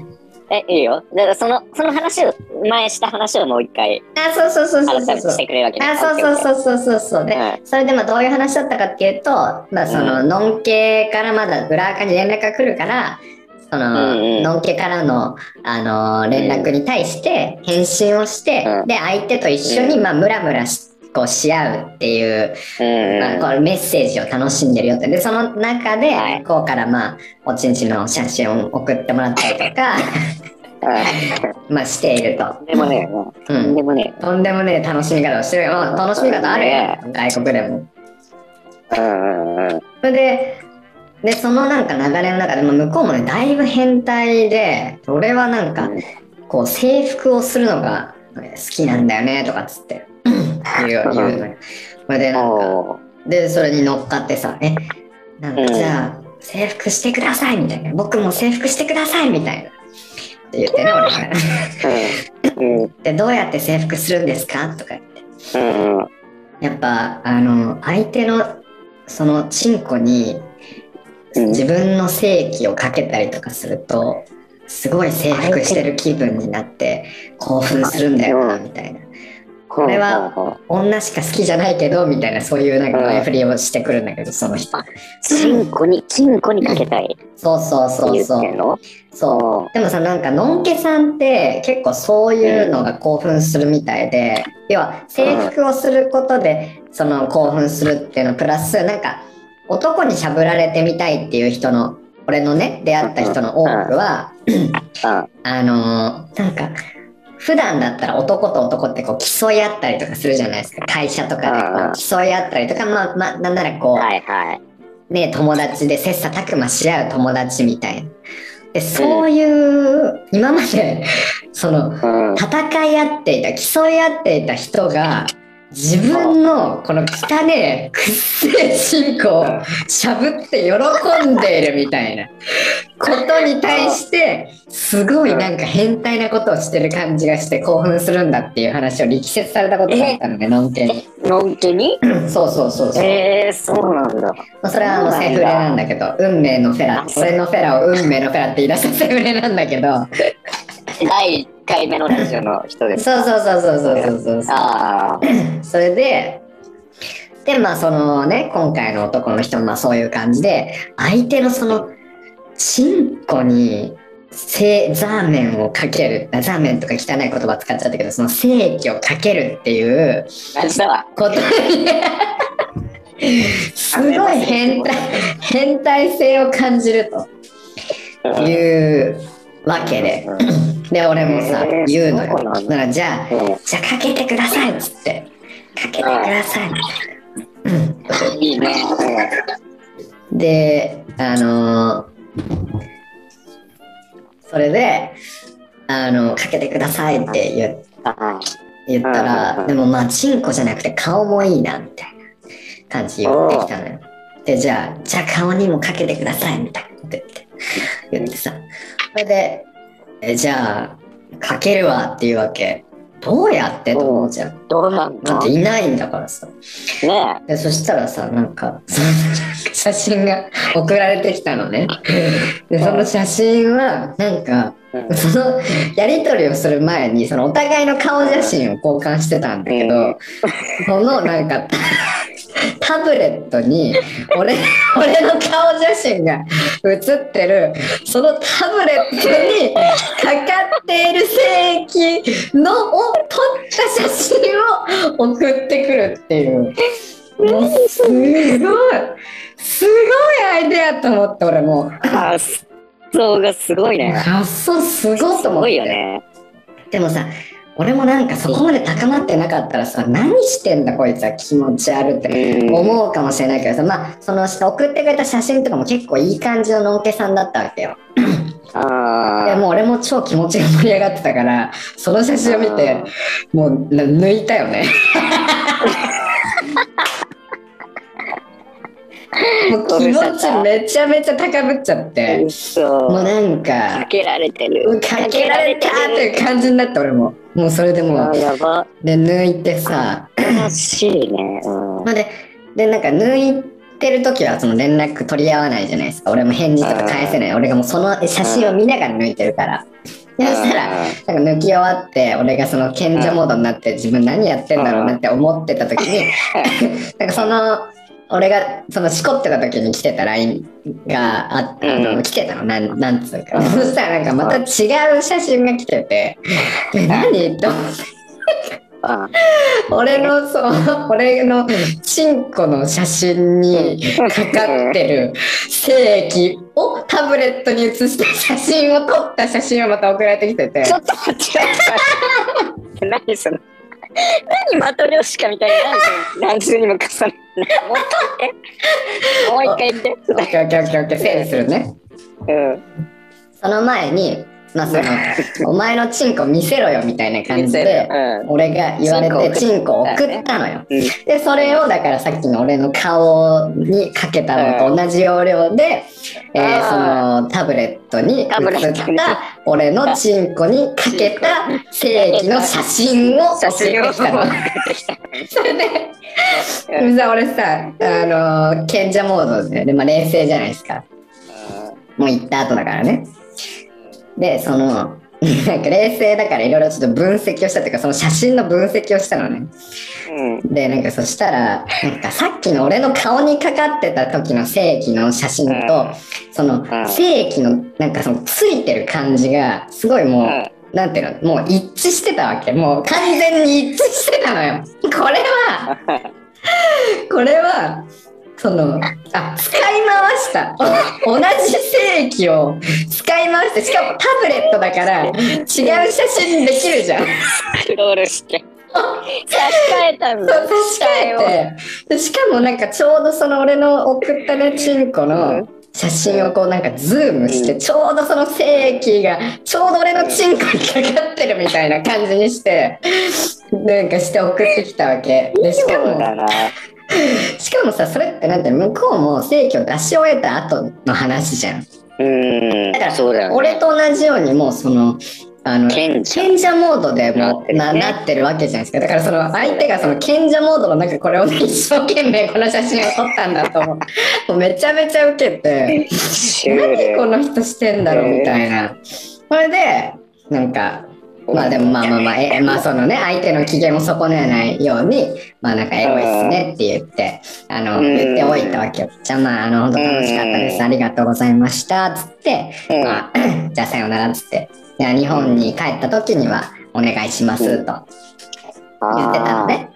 S1: え、いいよ。だからその、その話を、前した話をもう一回、
S2: あ、そうそうそうそう
S1: 改めて
S2: そうそう
S1: し。てくれるわけね
S2: あそうそうそうそうそうそうで、
S1: う
S2: それでまあどういう話だったかっていうと、まあ、そののんけからまだ裏垢に連絡が来るからそ
S1: う
S2: の、
S1: んうん
S2: のんけからの、あのー連絡に対して返信をして、
S1: うん
S2: で相手と一緒にまあムラムラしこうし合うっていう、
S1: うん
S2: まあ、こうメッセージを楽しんでるよってでその中で
S1: はい
S2: こうからまあおちんちんの写真を送ってもらったりと か
S1: う
S2: まあしていると
S1: ん。。でもね、もう
S2: う
S1: とん
S2: ん
S1: でもね、
S2: とんでもねえ楽しみ方をしてるよ。まあ楽しみ方ある
S1: ね
S2: よ。外国でも。
S1: うんうんうん。
S2: それで、で、そのなんか流れの中で、まあ向こうもね、だいぶ変態で、俺はなんか、こう、制服をするのがね好きなんだよね、とかっつって、言う言うのよ。それで、なんか、
S1: おー
S2: で、それに乗っかってさ、え、なん
S1: う
S2: か、
S1: ん
S2: じゃあ、制服してください、みたいな。僕も制服してください、みたいな。って言って ね、俺が。
S1: うん。うん。
S2: で、どうやって制服するんですかとか言って。
S1: うんうん。
S2: やっぱあの相手のそのチンコに
S1: うん
S2: 自分の性器をかけたりとかするとすごい征服してる気分になって興奮するんだよな
S1: うん
S2: みたいな
S1: こ
S2: れは女しか好きじゃないけどみたいなそういうなんか
S1: うん
S2: 前振りをしてくるんだけどその人
S1: チンコに、チンコにかけたいって
S2: そうそうそう
S1: 言っ
S2: そ
S1: てん
S2: う
S1: の
S2: そう
S1: おー
S2: でもさなんかのんけさんって結構そういうのが興奮するみたいで、要は制服をすることでその興奮するっていうのプラスなんか男にしゃぶられてみたいっていう人の俺のね出会った人の多くは、あのーなんか普段だったら男と男ってこう競い合ったりとかするじゃないですか会社とかで
S1: うん
S2: こ
S1: うん
S2: う競い合ったりとか、まあまあ、なんならこう、
S1: うん。はいはい。
S2: ね、友達で切磋琢磨し合う友達みたいな。でそういう、今までその
S1: うん。
S2: 戦い合っていた競い合っていた人が自分のこの汚ねえくっせえ進行をしゃぶって喜んでいるみたいなことに対してすごいなんか変態なことをしてる感じがして興奮するんだっていう話を力説されたことがあったのねのんけに。
S1: のんけに
S2: そうそうそうそう。
S1: ええ、そうなんだ。
S2: まあ、それはあのセフレなんだけど、運命のフェラ、俺のフェラを運命のフェラって言い出したセフレなんだけど、
S1: 第1回目のラジオの人です。
S2: そうそうそうそうそうそうそう。
S1: ああ。
S2: それで、で、まあそのね、今回の男の人もまあそういう感じで、相手のその、チンコに、せザーメンをかける、あザーメンとか汚い言葉使っちゃったけど、その性器をかけるっていう
S1: 感じだわ。
S2: こと にすごい変態、変態性を感じると。いうわけでで俺もさ
S1: えー
S2: 言うのよ
S1: そうなんだ
S2: だからじゃあじゃあかけてくださいっつってかけてください
S1: うんいいね。
S2: であのーそれで、あの、かけてくださいって言っ
S1: は
S2: 言った
S1: うんうんう
S2: ら、
S1: ん
S2: でもまあ、チンコじゃなくて顔もいいな、みたいな感じ言ってきたのよ。で、じゃあ、じゃあ顔にもかけてください、みたいなこと言って、言ってさ。それで、えじゃあ、かけるわっていうわけ。どうやってと思うじゃん。
S1: い。どうなん
S2: だ
S1: だ
S2: っていないんだからさ。
S1: ね
S2: でそしたらさなんかその写真が送られてきたのねでその写真はなんか
S1: え。うん
S2: そのやり取りをする前にそのお互いの顔写真を交換してたんだけ
S1: うん
S2: どそのなんかタタブレットに俺俺の顔写真が写ってるそのタブレットにかかっている精液のを撮った写真を送ってくるっていう。もうすごいすごいアイデアと思って俺もう
S1: 発想がすごいね。
S2: 発想すごい
S1: す
S2: と思っ
S1: ごい
S2: て
S1: よね。
S2: でもさ俺もなんかそこまで高まってなかったらさ何してんだこいつは気持ち悪いって
S1: うん。
S2: 思うかもしれないけどさまあその送ってくれた写真とかも結構いい感じののんけさんだったわけよで
S1: あ
S2: もう俺も超気持ちが盛り上がってたからその写真を見てもうな抜いたよ ねもう気持ちめちゃめちゃ高ぶっちゃって
S1: うそ
S2: もうなん
S1: か
S2: か
S1: けられてる。
S2: かけられたっ
S1: かけら
S2: て
S1: れ
S2: いう感じになって俺ももうそれで
S1: てる
S2: もう
S1: あやば。
S2: で抜いてさ
S1: 悲しいね。うん。
S2: まあででなんか抜いてる時はその連絡取り合わないじゃないですか俺も返事とか返せない俺がもうその写真を見ながら抜いてるからでそしたらなんか抜き終わって俺がその賢者モードになって自分何やってんだろうなって思ってた時に なんかその俺がそのしこってた時に来てた LINE があって、あの
S1: うん
S2: 来てたのなんなんつうか、
S1: うん
S2: そしたらなんかまた違う写真が来てて「で何?」と思って
S1: うん
S2: 俺のそう 俺のチンコの写真にかかってる精液をタブレットに写した写真を撮った写真をまた送られてきてて
S1: ちょっと待って。何その。何マトリョーシカみたいな何重にも重なってないもう一回言ってもう一
S2: オッケーオッケーオッケーオッケー整理するね。
S1: 回言って
S2: その前に、まあその、お前のチンコ見せろよみたいな感じで、
S1: う
S2: 俺が言われてチ
S1: チ
S2: ンコを送ったのよ。
S1: うん
S2: で、それをだからさっきの俺の顔にかけたのと同じ要領で、えー
S1: あ
S2: そのタブレットに映
S1: タブレ
S2: っ
S1: ットに
S2: た俺のチンコにかけた精液の写真を
S1: 写真
S2: 送
S1: を
S2: ってきたの。それででもさ俺さ、あのー賢者モードで、でまあ、冷静じゃないですか。もう行った後だからね。で、その、 なんか冷静だからいろいろちょっと分析をしたというか、その写真の分析をしたのね。
S1: うん
S2: で、なんかそしたら、なんかさっきの俺の顔にかかってた時の正規の写真
S1: う
S2: と、その
S1: ん
S2: 正規のなんかそのついてる感じが、すごいもう、なんていうの、もう一致してたわけ。もう完全に一致してたのよ。こ れは、これは、その、あ、使い回した。お同じ正規を使い回して、しかもタブレットだから、違う写真できるじゃん。
S1: スクロールして差し替えたん
S2: そう
S1: だ
S2: 差し替えて。でしかもなんかちょうどその俺の送ったね、チンコの、写真をこうなんかズームして、ちょうどその精液がちょうど俺のチンコにかかってるみたいな感じにしてなんかして送ってきたわけでしか
S1: そう
S2: も
S1: だな
S2: しかもさそれってなんて向こうも精液を出し終えた後の話じゃん
S1: うん
S2: だから
S1: そうだよね
S2: 俺と同じようにもうそのあの
S1: 賢者
S2: 賢者モードでもう
S1: な
S2: な
S1: ってるね
S2: なってるわけじゃないですかだからその相手がその賢者モードの中これを一生懸命この写真を撮ったんだと思うもうめちゃめちゃウケて。
S1: シュ
S2: 何こ
S1: ール
S2: の人してんだろうみたいな。それで、なんか、まあでもまあまあまあ、えまあそのね、相手の機嫌を損ねないように、まあなんかエロいっすねって言って、あの、
S1: うん
S2: 言っておいたわけよ。じゃあまあ、あの、本当楽しかったで
S1: うん
S2: す。ありがとうございました。つって、
S1: うん
S2: まあ、 じゃあさようならっつって。じゃあ日本に帰った時には、お願いしますと言ってたのね。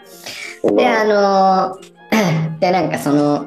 S1: あー
S2: であのー でなんかその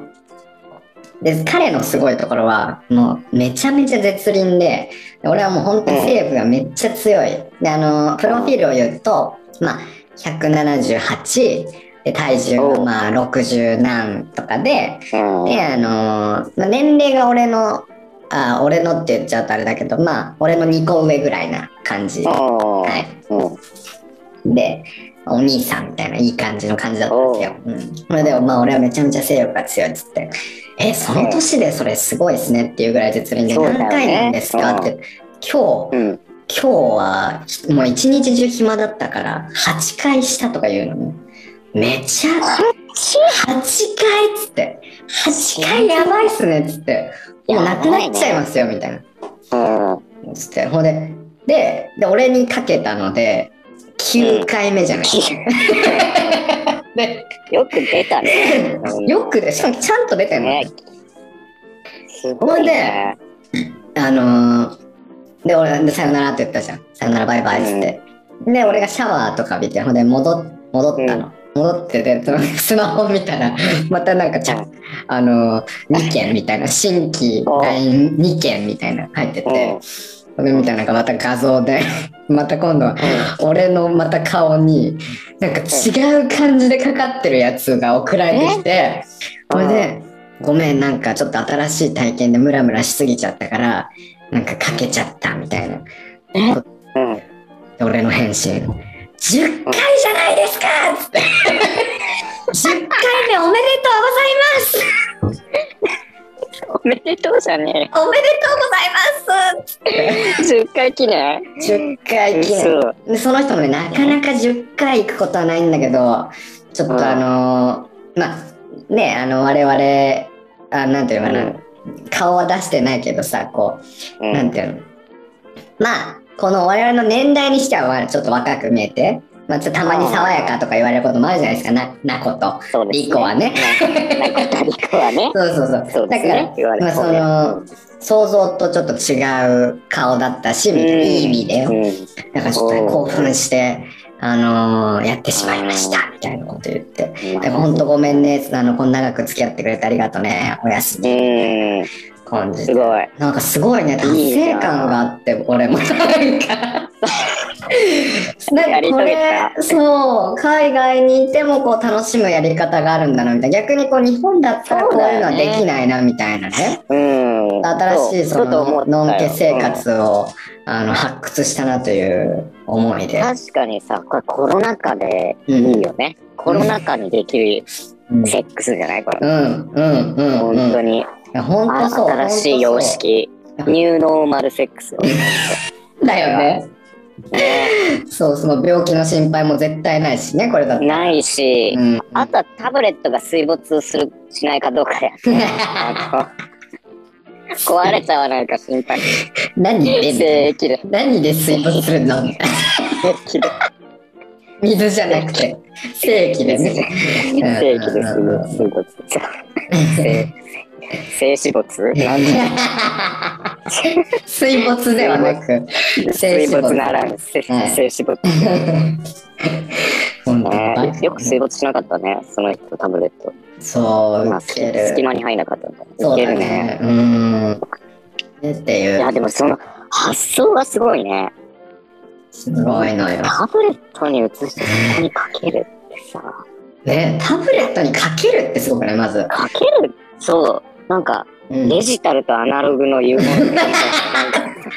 S2: で彼のすごいところはもうめちゃめちゃ絶倫でで俺はもう本当にセーブがめっちゃ強いであのープロフィールを言うとまあ178で体重がまあ60何とかです
S1: ごいうん
S2: であのーまあ年齢が俺のあ俺のって言っちゃうとあれだけどまあ俺の2個上ぐらいな感じ、は、
S1: はいうん。
S2: でお兄さんみたいないい感じの感じだったんですよ、うん、それでもまあ俺はめちゃめちゃ性欲が強いっつって「えその年でそれすごいですね」っていうぐらい絶妙で「
S1: そうだよね
S2: 何回なんですか?」って「今日
S1: うん。
S2: 今日はひもう一日中暇だったから8回した」とか言うのにめちゃ8回っつって8回やばいっすねっつってもうなくなっちゃいますよみたいな。
S1: うん。
S2: つってほんででで俺にかけたので9回目じゃない、 で。
S1: よく出たね
S2: よくでしかもちゃんと出て
S1: く
S2: んの、
S1: ね。すごいね。
S2: あのーで俺でさよならって言ったじゃんさよならバイバイっつって、で俺がシャワーとか浴びてほんで戻っ戻ったの、戻ってでそのスマホ見たらまたなんかちゃ、
S1: うん
S2: あのー、2件みたいな新規
S1: うん
S2: LINE2 件みたいなの入ってて、
S1: うん
S2: それみたいなのがまた画像で また今度は俺のまた顔になんか違う感じでかかってるやつが送られてきてそれで「ごめんなんかちょっと新しい体験でムラムラしすぎちゃったからなんかかけちゃった」みたいな
S1: うん。
S2: で俺の返信「10回じゃないですか!」っ つって「10回目おめでとうござい
S1: おめでとうじゃね
S2: ますおめでとうございます!」
S1: え。10回記念。
S2: 10回記念
S1: そう。
S2: でその人もねなかなか10回行くことはないんだけどちょっ
S1: うん
S2: とあのーまあねあの我々あなんていうのかな、顔は出してないけどさこ
S1: う
S2: う、
S1: ん
S2: なんていうのまあこの我々の年代にしてはわちょっと若く見えて、まあ、ちょっとたまに爽やかとか言われることもあるじゃないですかななこと
S1: そうです
S2: リコはね。
S1: ななんかリコはね。
S2: そうそうそう
S1: そうで
S2: だ
S1: す
S2: か
S1: ね
S2: ら。
S1: 言われ
S2: まあ、
S1: た
S2: そ
S1: 方が
S2: の想像とちょっと違う顔だったしみたいな、いい意味でよ、
S1: うん
S2: なんかちょっと興奮して、あのーやってしまいました、みたいなこと言って。
S1: うん
S2: でも本当ごめんね、あの、こん長く付き合ってくれてありがとうね、おやすみ、
S1: うん。
S2: 感じ
S1: す
S2: で。
S1: ごい。
S2: なんかすごいね、達成感があって、俺もなんか。な
S1: や
S2: んか
S1: り
S2: こ
S1: 遂げ
S2: れそう海外にいてもこう楽しむやり方があるんだなみたいな逆にこう日本だったらこういうのはできないなみたいなね
S1: うん。
S2: 新しいそ
S1: ちょっと思った
S2: のの
S1: よ
S2: んけ生活を、あの発掘したなという思いで、
S1: 確かにさ、これコロナ禍でいいよね。コロナ禍にできる
S2: うん、
S1: セックスじゃないこれ。
S2: うんうんうんうん
S1: 本当に、
S2: 本当そう
S1: 新しい様式
S2: 当そう
S1: ニューノーマルセックスを
S2: だよねそうその病気の心配も絶対ないしねこれだって、
S1: ないし、
S2: うん、
S1: あとはタブレットが水没するしないかどうかやあの壊れちゃわないか心配
S2: 何で
S1: 精液で
S2: 何で水没するの
S1: 精液で
S2: 水じゃなくて精液でね
S1: 精液で水没水没精精子没なんで
S2: 水没ではなく
S1: 水
S2: 没
S1: 没ならぬ精
S2: うん
S1: 精子没
S2: 本当
S1: ね
S2: だ
S1: よく水没しなかったねその人タブレット
S2: そう
S1: まあ
S2: 受ける
S1: 隙間に入らなかったんだ
S2: そ
S1: いうけ
S2: だ
S1: るね
S2: ねうんってい
S1: いうやでもその発想がすごいね
S2: すごいのよ
S1: タブレットに移してそこにかけるってさ、
S2: ねタブレットにかけるってすごくないまず、
S1: かけるそう、なんか
S2: うん、
S1: デジタルとアナログの融合って感じなんか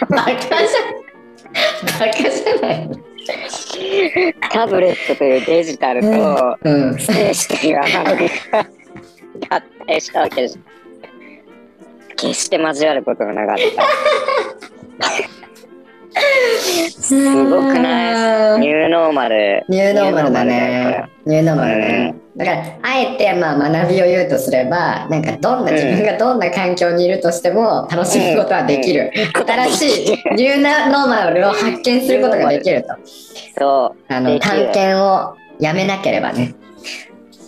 S2: バカじゃバカじゃない
S1: タブレットというデジタルと
S2: うん
S1: 静止というアナログが 合体したわけじゃん。決して交わることがなかった。
S2: す
S1: ごくなニューノーマル。
S2: ニューノーマルだね。ニューノーマルだね。だから、あえて、まあ、学びを言うとすれば、なんか、どん
S1: う
S2: な、
S1: ん
S2: 自分がどんな環境にいるとしても、楽しむことはできる。新しいニューノーマルを発見することができると。
S1: そで
S2: あの、
S1: きる
S2: 探検をやめなければね。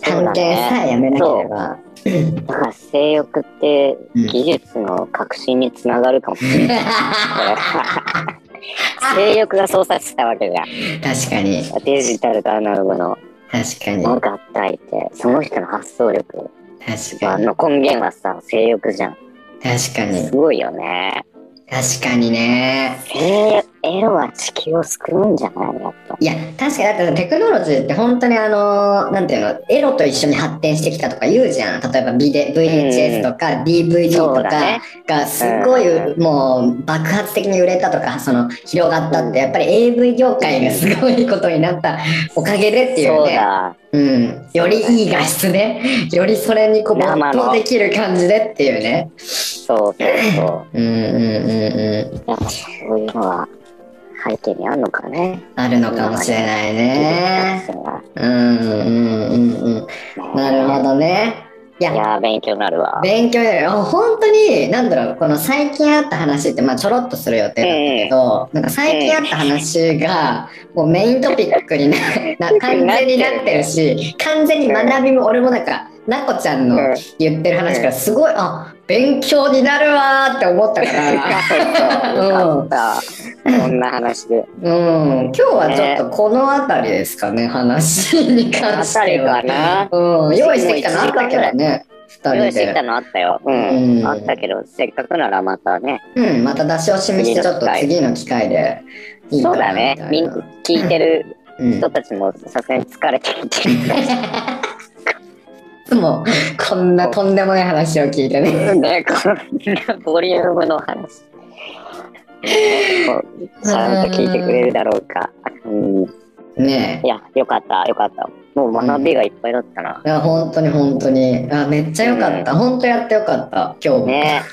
S1: そうだね
S2: 探検さえやめなけれ
S1: う。
S2: ば。
S1: だから性欲って技術の革新につながるかもしれない。 性欲が操作してたわけじゃん。
S2: 確かに、
S1: デジタルとアナログの
S2: 確かに、
S1: 合体ってその人の発想力
S2: 確
S1: まあ
S2: か
S1: あ
S2: に、
S1: の根源はさ性欲じゃん
S2: 確かに
S1: す、ごいよね
S2: 確かにね。
S1: 性エロは地球を救うんじゃないやっぱ。
S2: いや、確かに、だってテクノロジーって本当にあの、なんていうの、エロと一緒に発展してきたとか言うじゃん。例えばビデ VHS とか DVD と
S1: そう
S2: か
S1: だね
S2: がすごい、
S1: う
S2: もう爆発的に売れたとか、その広がったって、やっぱり AV 業界がすごいことになったおかげでっていう
S1: そう
S2: ね。
S1: だ。
S2: うん。よりいい画質で、よりそれにこう没
S1: 生の
S2: 頭できる感じでっていうね。
S1: そうそうそ
S2: うんうんうんう
S1: う。やっぱそういうのは背景にあるのかね。
S2: ん。あるのかもしれないね。うんうんうんうん。なるほどね。い
S1: い
S2: や、
S1: やー、勉強になるわ。
S2: 勉強になる。あ本当に、なんだろう、この最近あった話って、まあ、ちょろっとする予定だったけど、なんか最近あった話が、もうメイントピック にな、な完全になってるし、完全に学びも、俺もなんか、なこちゃんの
S1: うん
S2: 言ってる話から、すごい、あ勉強になるわーって思ったから。
S1: よかった。こんな話で。
S2: うん、今日はちょっとこの辺りですかね、話に関しては。
S1: この辺りか
S2: うん、用意してきたのあったけどね、
S1: 用
S2: 二
S1: 意
S2: 人
S1: してきた
S2: で。
S1: のあったよ。うん。
S2: うん
S1: あったけど、せっかくならまたね。
S2: うん、また出し惜しみして、ちょっと次の機会でいいか
S1: そう
S2: な
S1: だ
S2: みたい
S1: ね
S2: な。。
S1: みん聞いてる
S2: うん、
S1: 人たちもさすがに疲れてきてるか
S2: いつもこんなとんでもない話を聞いてね。
S1: らね。こんなボリュームの 話。こうちゃんと聞いてくれるだろうか。うん、い
S2: ねえ。
S1: や、よかった、よかった。もう学びがいっぱいだったな。
S2: いや本当に本当にあめっちゃ良かった、本当やって良かった今日も、
S1: ね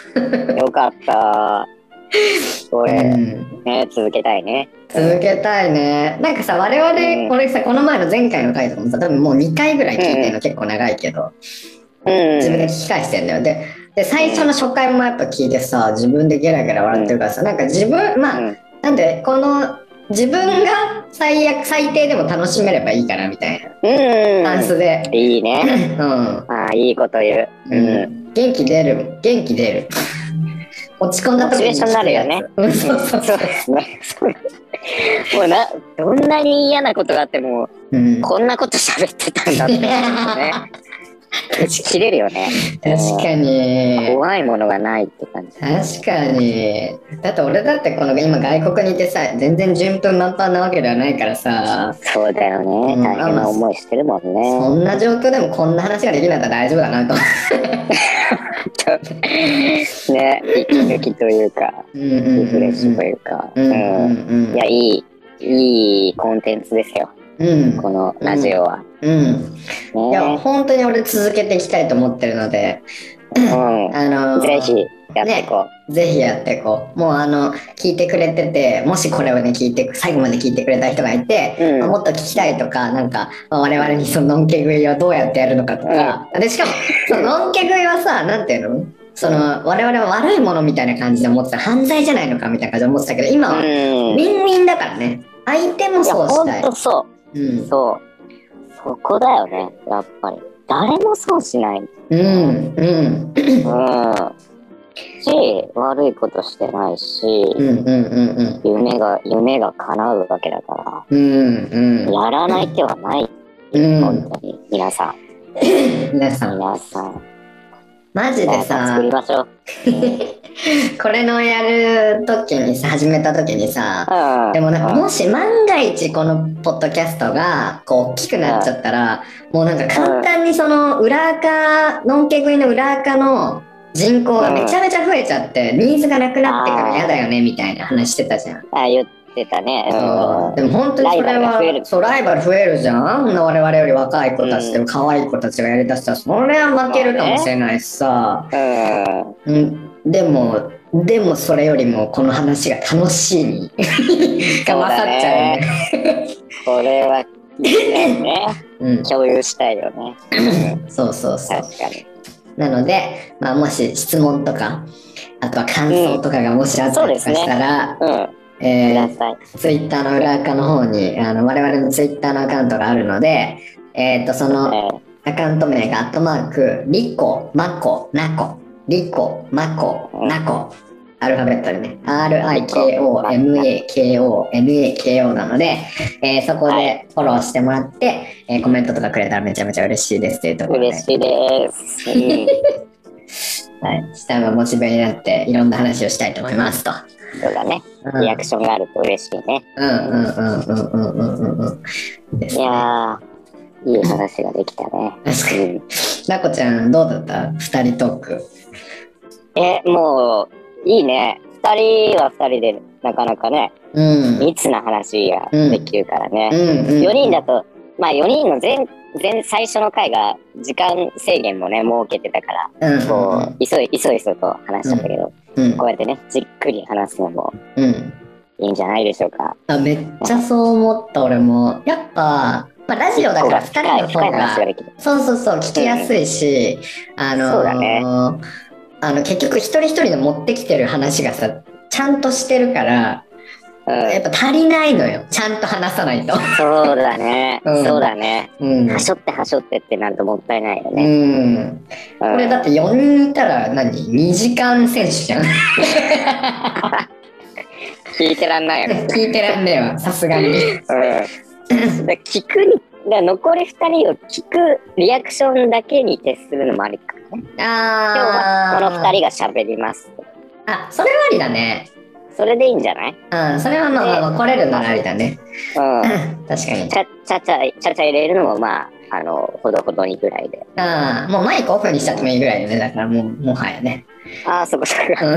S1: よかった。こ
S2: う
S1: れ、
S2: ん、
S1: ね、続けたいね。
S2: 続けたいねなんかさ我々、
S1: うん
S2: これさこの前の前回の回とかもさ多分もう2回ぐらい聞いてるの結構長いけど、
S1: うん。
S2: 自分で聞き返してんだよでで最初の初回もやっぱ聞いてさ自分でゲラゲラ笑ってるからさ、なんか自分まあ、
S1: うん
S2: なんでこの自分が最悪最低でも楽しめればいいかなみたいな
S1: うん。
S2: ダンスで、
S1: いいね。
S2: うん
S1: ああ、いいこと言う。
S2: う、
S1: うん
S2: 元気出る元 気出る落ち込んだ時
S1: モチベーションになるよね
S2: うん
S1: そ
S2: そううそう
S1: そ
S2: そうう、
S1: ですね。そうですもうな、どんなに嫌なことがあっても、
S2: うん、
S1: こんなこと喋ってたんだって思うね。打ち切れるよね。
S2: 確かに
S1: 怖いものがないって感じ。
S2: 確かにだって俺だってこの今外国にいてさ全然順風満帆なわけではないからさ
S1: そうだよね。
S2: うん
S1: 大変な思いしてるもんね。
S2: そんな状況でもこんな話ができるんだったら大丈夫だなと思
S1: ね、息抜きというか、
S2: う。うんうん
S1: リ
S2: う
S1: フ
S2: んう
S1: レッシュと
S2: ん
S1: いうか。
S2: うん
S1: うん
S2: うん
S1: いや、いい、いいコンテンツですよ。
S2: うん
S1: このラジオは。
S2: うんいや
S1: ね
S2: 本当に俺続けていきたいと思ってるのであ
S1: う
S2: の
S1: ん。ぜひやっていこ
S2: ぜひやってこうもうあの聞いてくれててもしこれをね聞いて最後まで聞いてくれた人がいて、
S1: うん
S2: まあもっと聞きたいとかなんかまあ我々にそののんけ食いをどうやってやるのかとか、でしかもそののんけ食いはさ なんていうのその我々は悪いものみたいな感じで思ってた犯罪じゃないのかみたいな感じで思ってたけど今
S1: う。
S2: はウ
S1: うん。い
S2: ィンウィンだからね相手も
S1: や、
S2: そう
S1: ほ
S2: し
S1: ん
S2: たい
S1: と、そう。
S2: うん
S1: そう。そこだよね、やっぱり。誰も損しない。
S2: うんうん
S1: うん。し、悪いことしてないし、
S2: うんうんうん
S1: 夢が、夢が叶うわけだか
S2: うんうんうん
S1: ら、やらない手はない。
S2: うん
S1: 本当に。皆さん、
S2: 皆さん
S1: 皆さん。
S2: マジでさ
S1: 作りましょう。
S2: これのやる時にさ始めた時にさ
S1: うん。
S2: でもなんか
S1: うん
S2: もし万が一このポッドキャストがこう大きくなっちゃったらもうなんか簡単にその裏垢のんけ食いの裏垢の人口がめちゃめちゃ増えちゃってニーズがなくなってから嫌だよねみたいな話してたじゃん。
S1: あ、言ってたね。うん。
S2: でも本当にそ
S1: ライ
S2: れ
S1: バルが増え
S2: は
S1: る
S2: そうライバル増えるじゃん我々より若い子たちでも可愛い子たちがやりだしたらそれは負けるかもしれないしさ。
S1: うん
S2: うん、でも、でもそれよりもこの話が楽しいに が勝っちゃうね。
S1: これは、ね、
S2: うん、
S1: 共有したいよね。
S2: そうそうそう。
S1: 確かに。
S2: なので、まあ、もし質問とか、あとは感想とかがもしあったりとかしたら、
S1: うん。く
S2: え
S1: だ
S2: ー、
S1: さい。
S2: ツイッターの裏垢の方に、あの、我々のツイッターのアカウントがあるので、えっ、と、その
S1: うん
S2: アカウント名がアットマーク、リコ、マコ、ナコ、リコ、マコ、ナコ、アルファベットでね、RIKOMAKONAKO なので、えーそこ
S1: は
S2: でフォローしてもらって、えーコメントとかくれたらめちゃめちゃ嬉しいですというところで、
S1: 嬉しいです。うん
S2: はい、下がモチベになっていろんな話をしたいと思いますと。は
S1: そうだね。
S2: うん
S1: リアクションがあると嬉しいね。
S2: うんうんうんうんうんうんうんうん。です
S1: いやー、いい話ができたね。
S2: 確かに。なこちゃん、どうだった二人トーク。
S1: うん、え、もう、いいね。二人は二人で、なかなかね、
S2: うん。
S1: 密な話ができるから
S2: う
S1: ね。
S2: んうん、
S1: 4人だと、まあ4人の前、前最初の回が時間制限もね、設けてたから、
S2: うん、
S1: こう、急い、急いそと話したんだけど、
S2: う、うん
S1: こうやってね、じっくり話すのも
S2: うん、
S1: いいんじゃないでしょうか。
S2: あめっちゃそう思った俺もやっぱ、まあ、ラジオだから
S1: 深
S2: 2
S1: い、深
S2: 人の方
S1: い話が
S2: が
S1: できる。
S2: そうそうそう聞きやすいし、あのー
S1: そうだね
S2: あの結局一人一人の持ってきてる話がさちゃんとしてるから
S1: うん
S2: やっぱ足りないのよちゃんと話さないと。
S1: そうだね、
S2: うん
S1: そうだね。
S2: うん
S1: はしょってはしょってってなるともったいないよ
S2: う
S1: ね。
S2: ん、
S1: う
S2: こ
S1: ん
S2: れだって4人いたら何2時間選手 じゃん
S1: 聞いてらんないよ ね。
S2: 聞いてらんねえわさす がに
S1: うん、だ聞くに、だ残り2人を聞くリアクションだけに徹するのもありかね。今日
S2: あ
S1: はこ
S2: あ
S1: の2人が喋ります。
S2: あそれはありだね
S1: それでいいんじゃない
S2: うん、それはまあまあまあ来れるならありだね。
S1: うん。
S2: 確かに。
S1: ちゃ、ちゃちゃ、ちゃちゃ入れるのもまあ、あの、ほどほどにぐらいで。
S2: ああ、もうマイクオフにしちゃってもいいぐらいよね。だからもう、もはやね。
S1: ああ、そこそこ。
S2: うん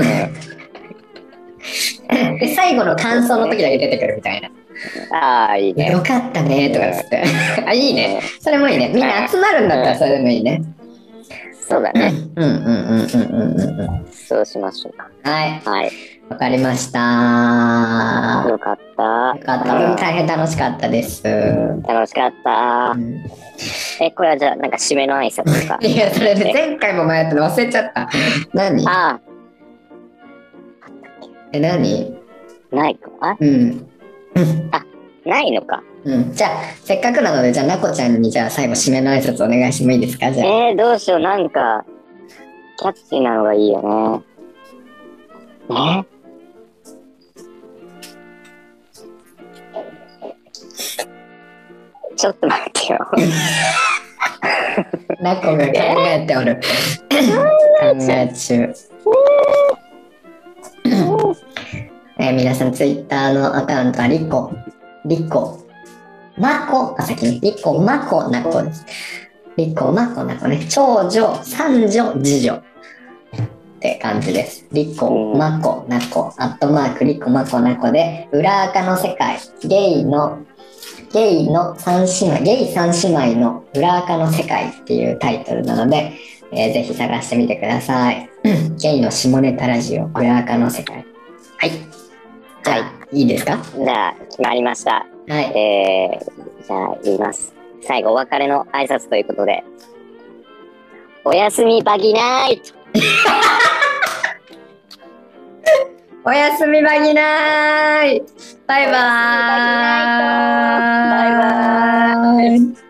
S2: で、最後の感想の時だけ出てくるみたいな。
S1: ああ、いいね。
S2: よかったね、とかっつって。 あ、いいね。それもいいね。みんな集まるんだったらそれでもいいね。
S1: そうだね。
S2: うんうんうんうんうんうん。
S1: そうしましょうか。
S2: はい、
S1: はい。
S2: わかりました。
S1: よかった。よ
S2: よかった。うん大変楽しかったです。う
S1: 楽しかった。
S2: ん。
S1: え、これはじゃあ、なんか締めの挨拶とか
S2: いや、それで前回も迷ったの忘れちゃった。何
S1: あ
S2: え、何
S1: あ、ないか。
S2: うん。
S1: あ、ないのか。
S2: うん、じゃあせっかくなのでじゃあなこちゃんにじゃあ最後締めの挨拶お願いしてもいいですかじゃあ
S1: えー、どうしよう。なんか、キャッチーなのがいいよね。ねちょっと待ってよ。
S2: なこが考えておる考え中えー皆さんツイッターのアカウントはリコリコマコあ先にリコマコナコですリコマコナコね長女三女次女って感じです。リコ、マコ、ナコ、アットマーク、リコ、マコ、ナコで、裏垢の世界、ゲイの、ゲイの三姉妹、ゲイ三姉妹の裏垢の世界っていうタイトルなので、えーぜひ探してみてください。ゲイの下ネタラジオ、裏垢の世界。はい。じゃあ、いいですか
S1: じゃあ、決まりました。
S2: はい。
S1: えー、じゃあ、言います。最後、お別れの挨拶ということで。おやすみバギナイト
S2: おやすみバギナイバイバーイ
S1: バイバ
S2: イ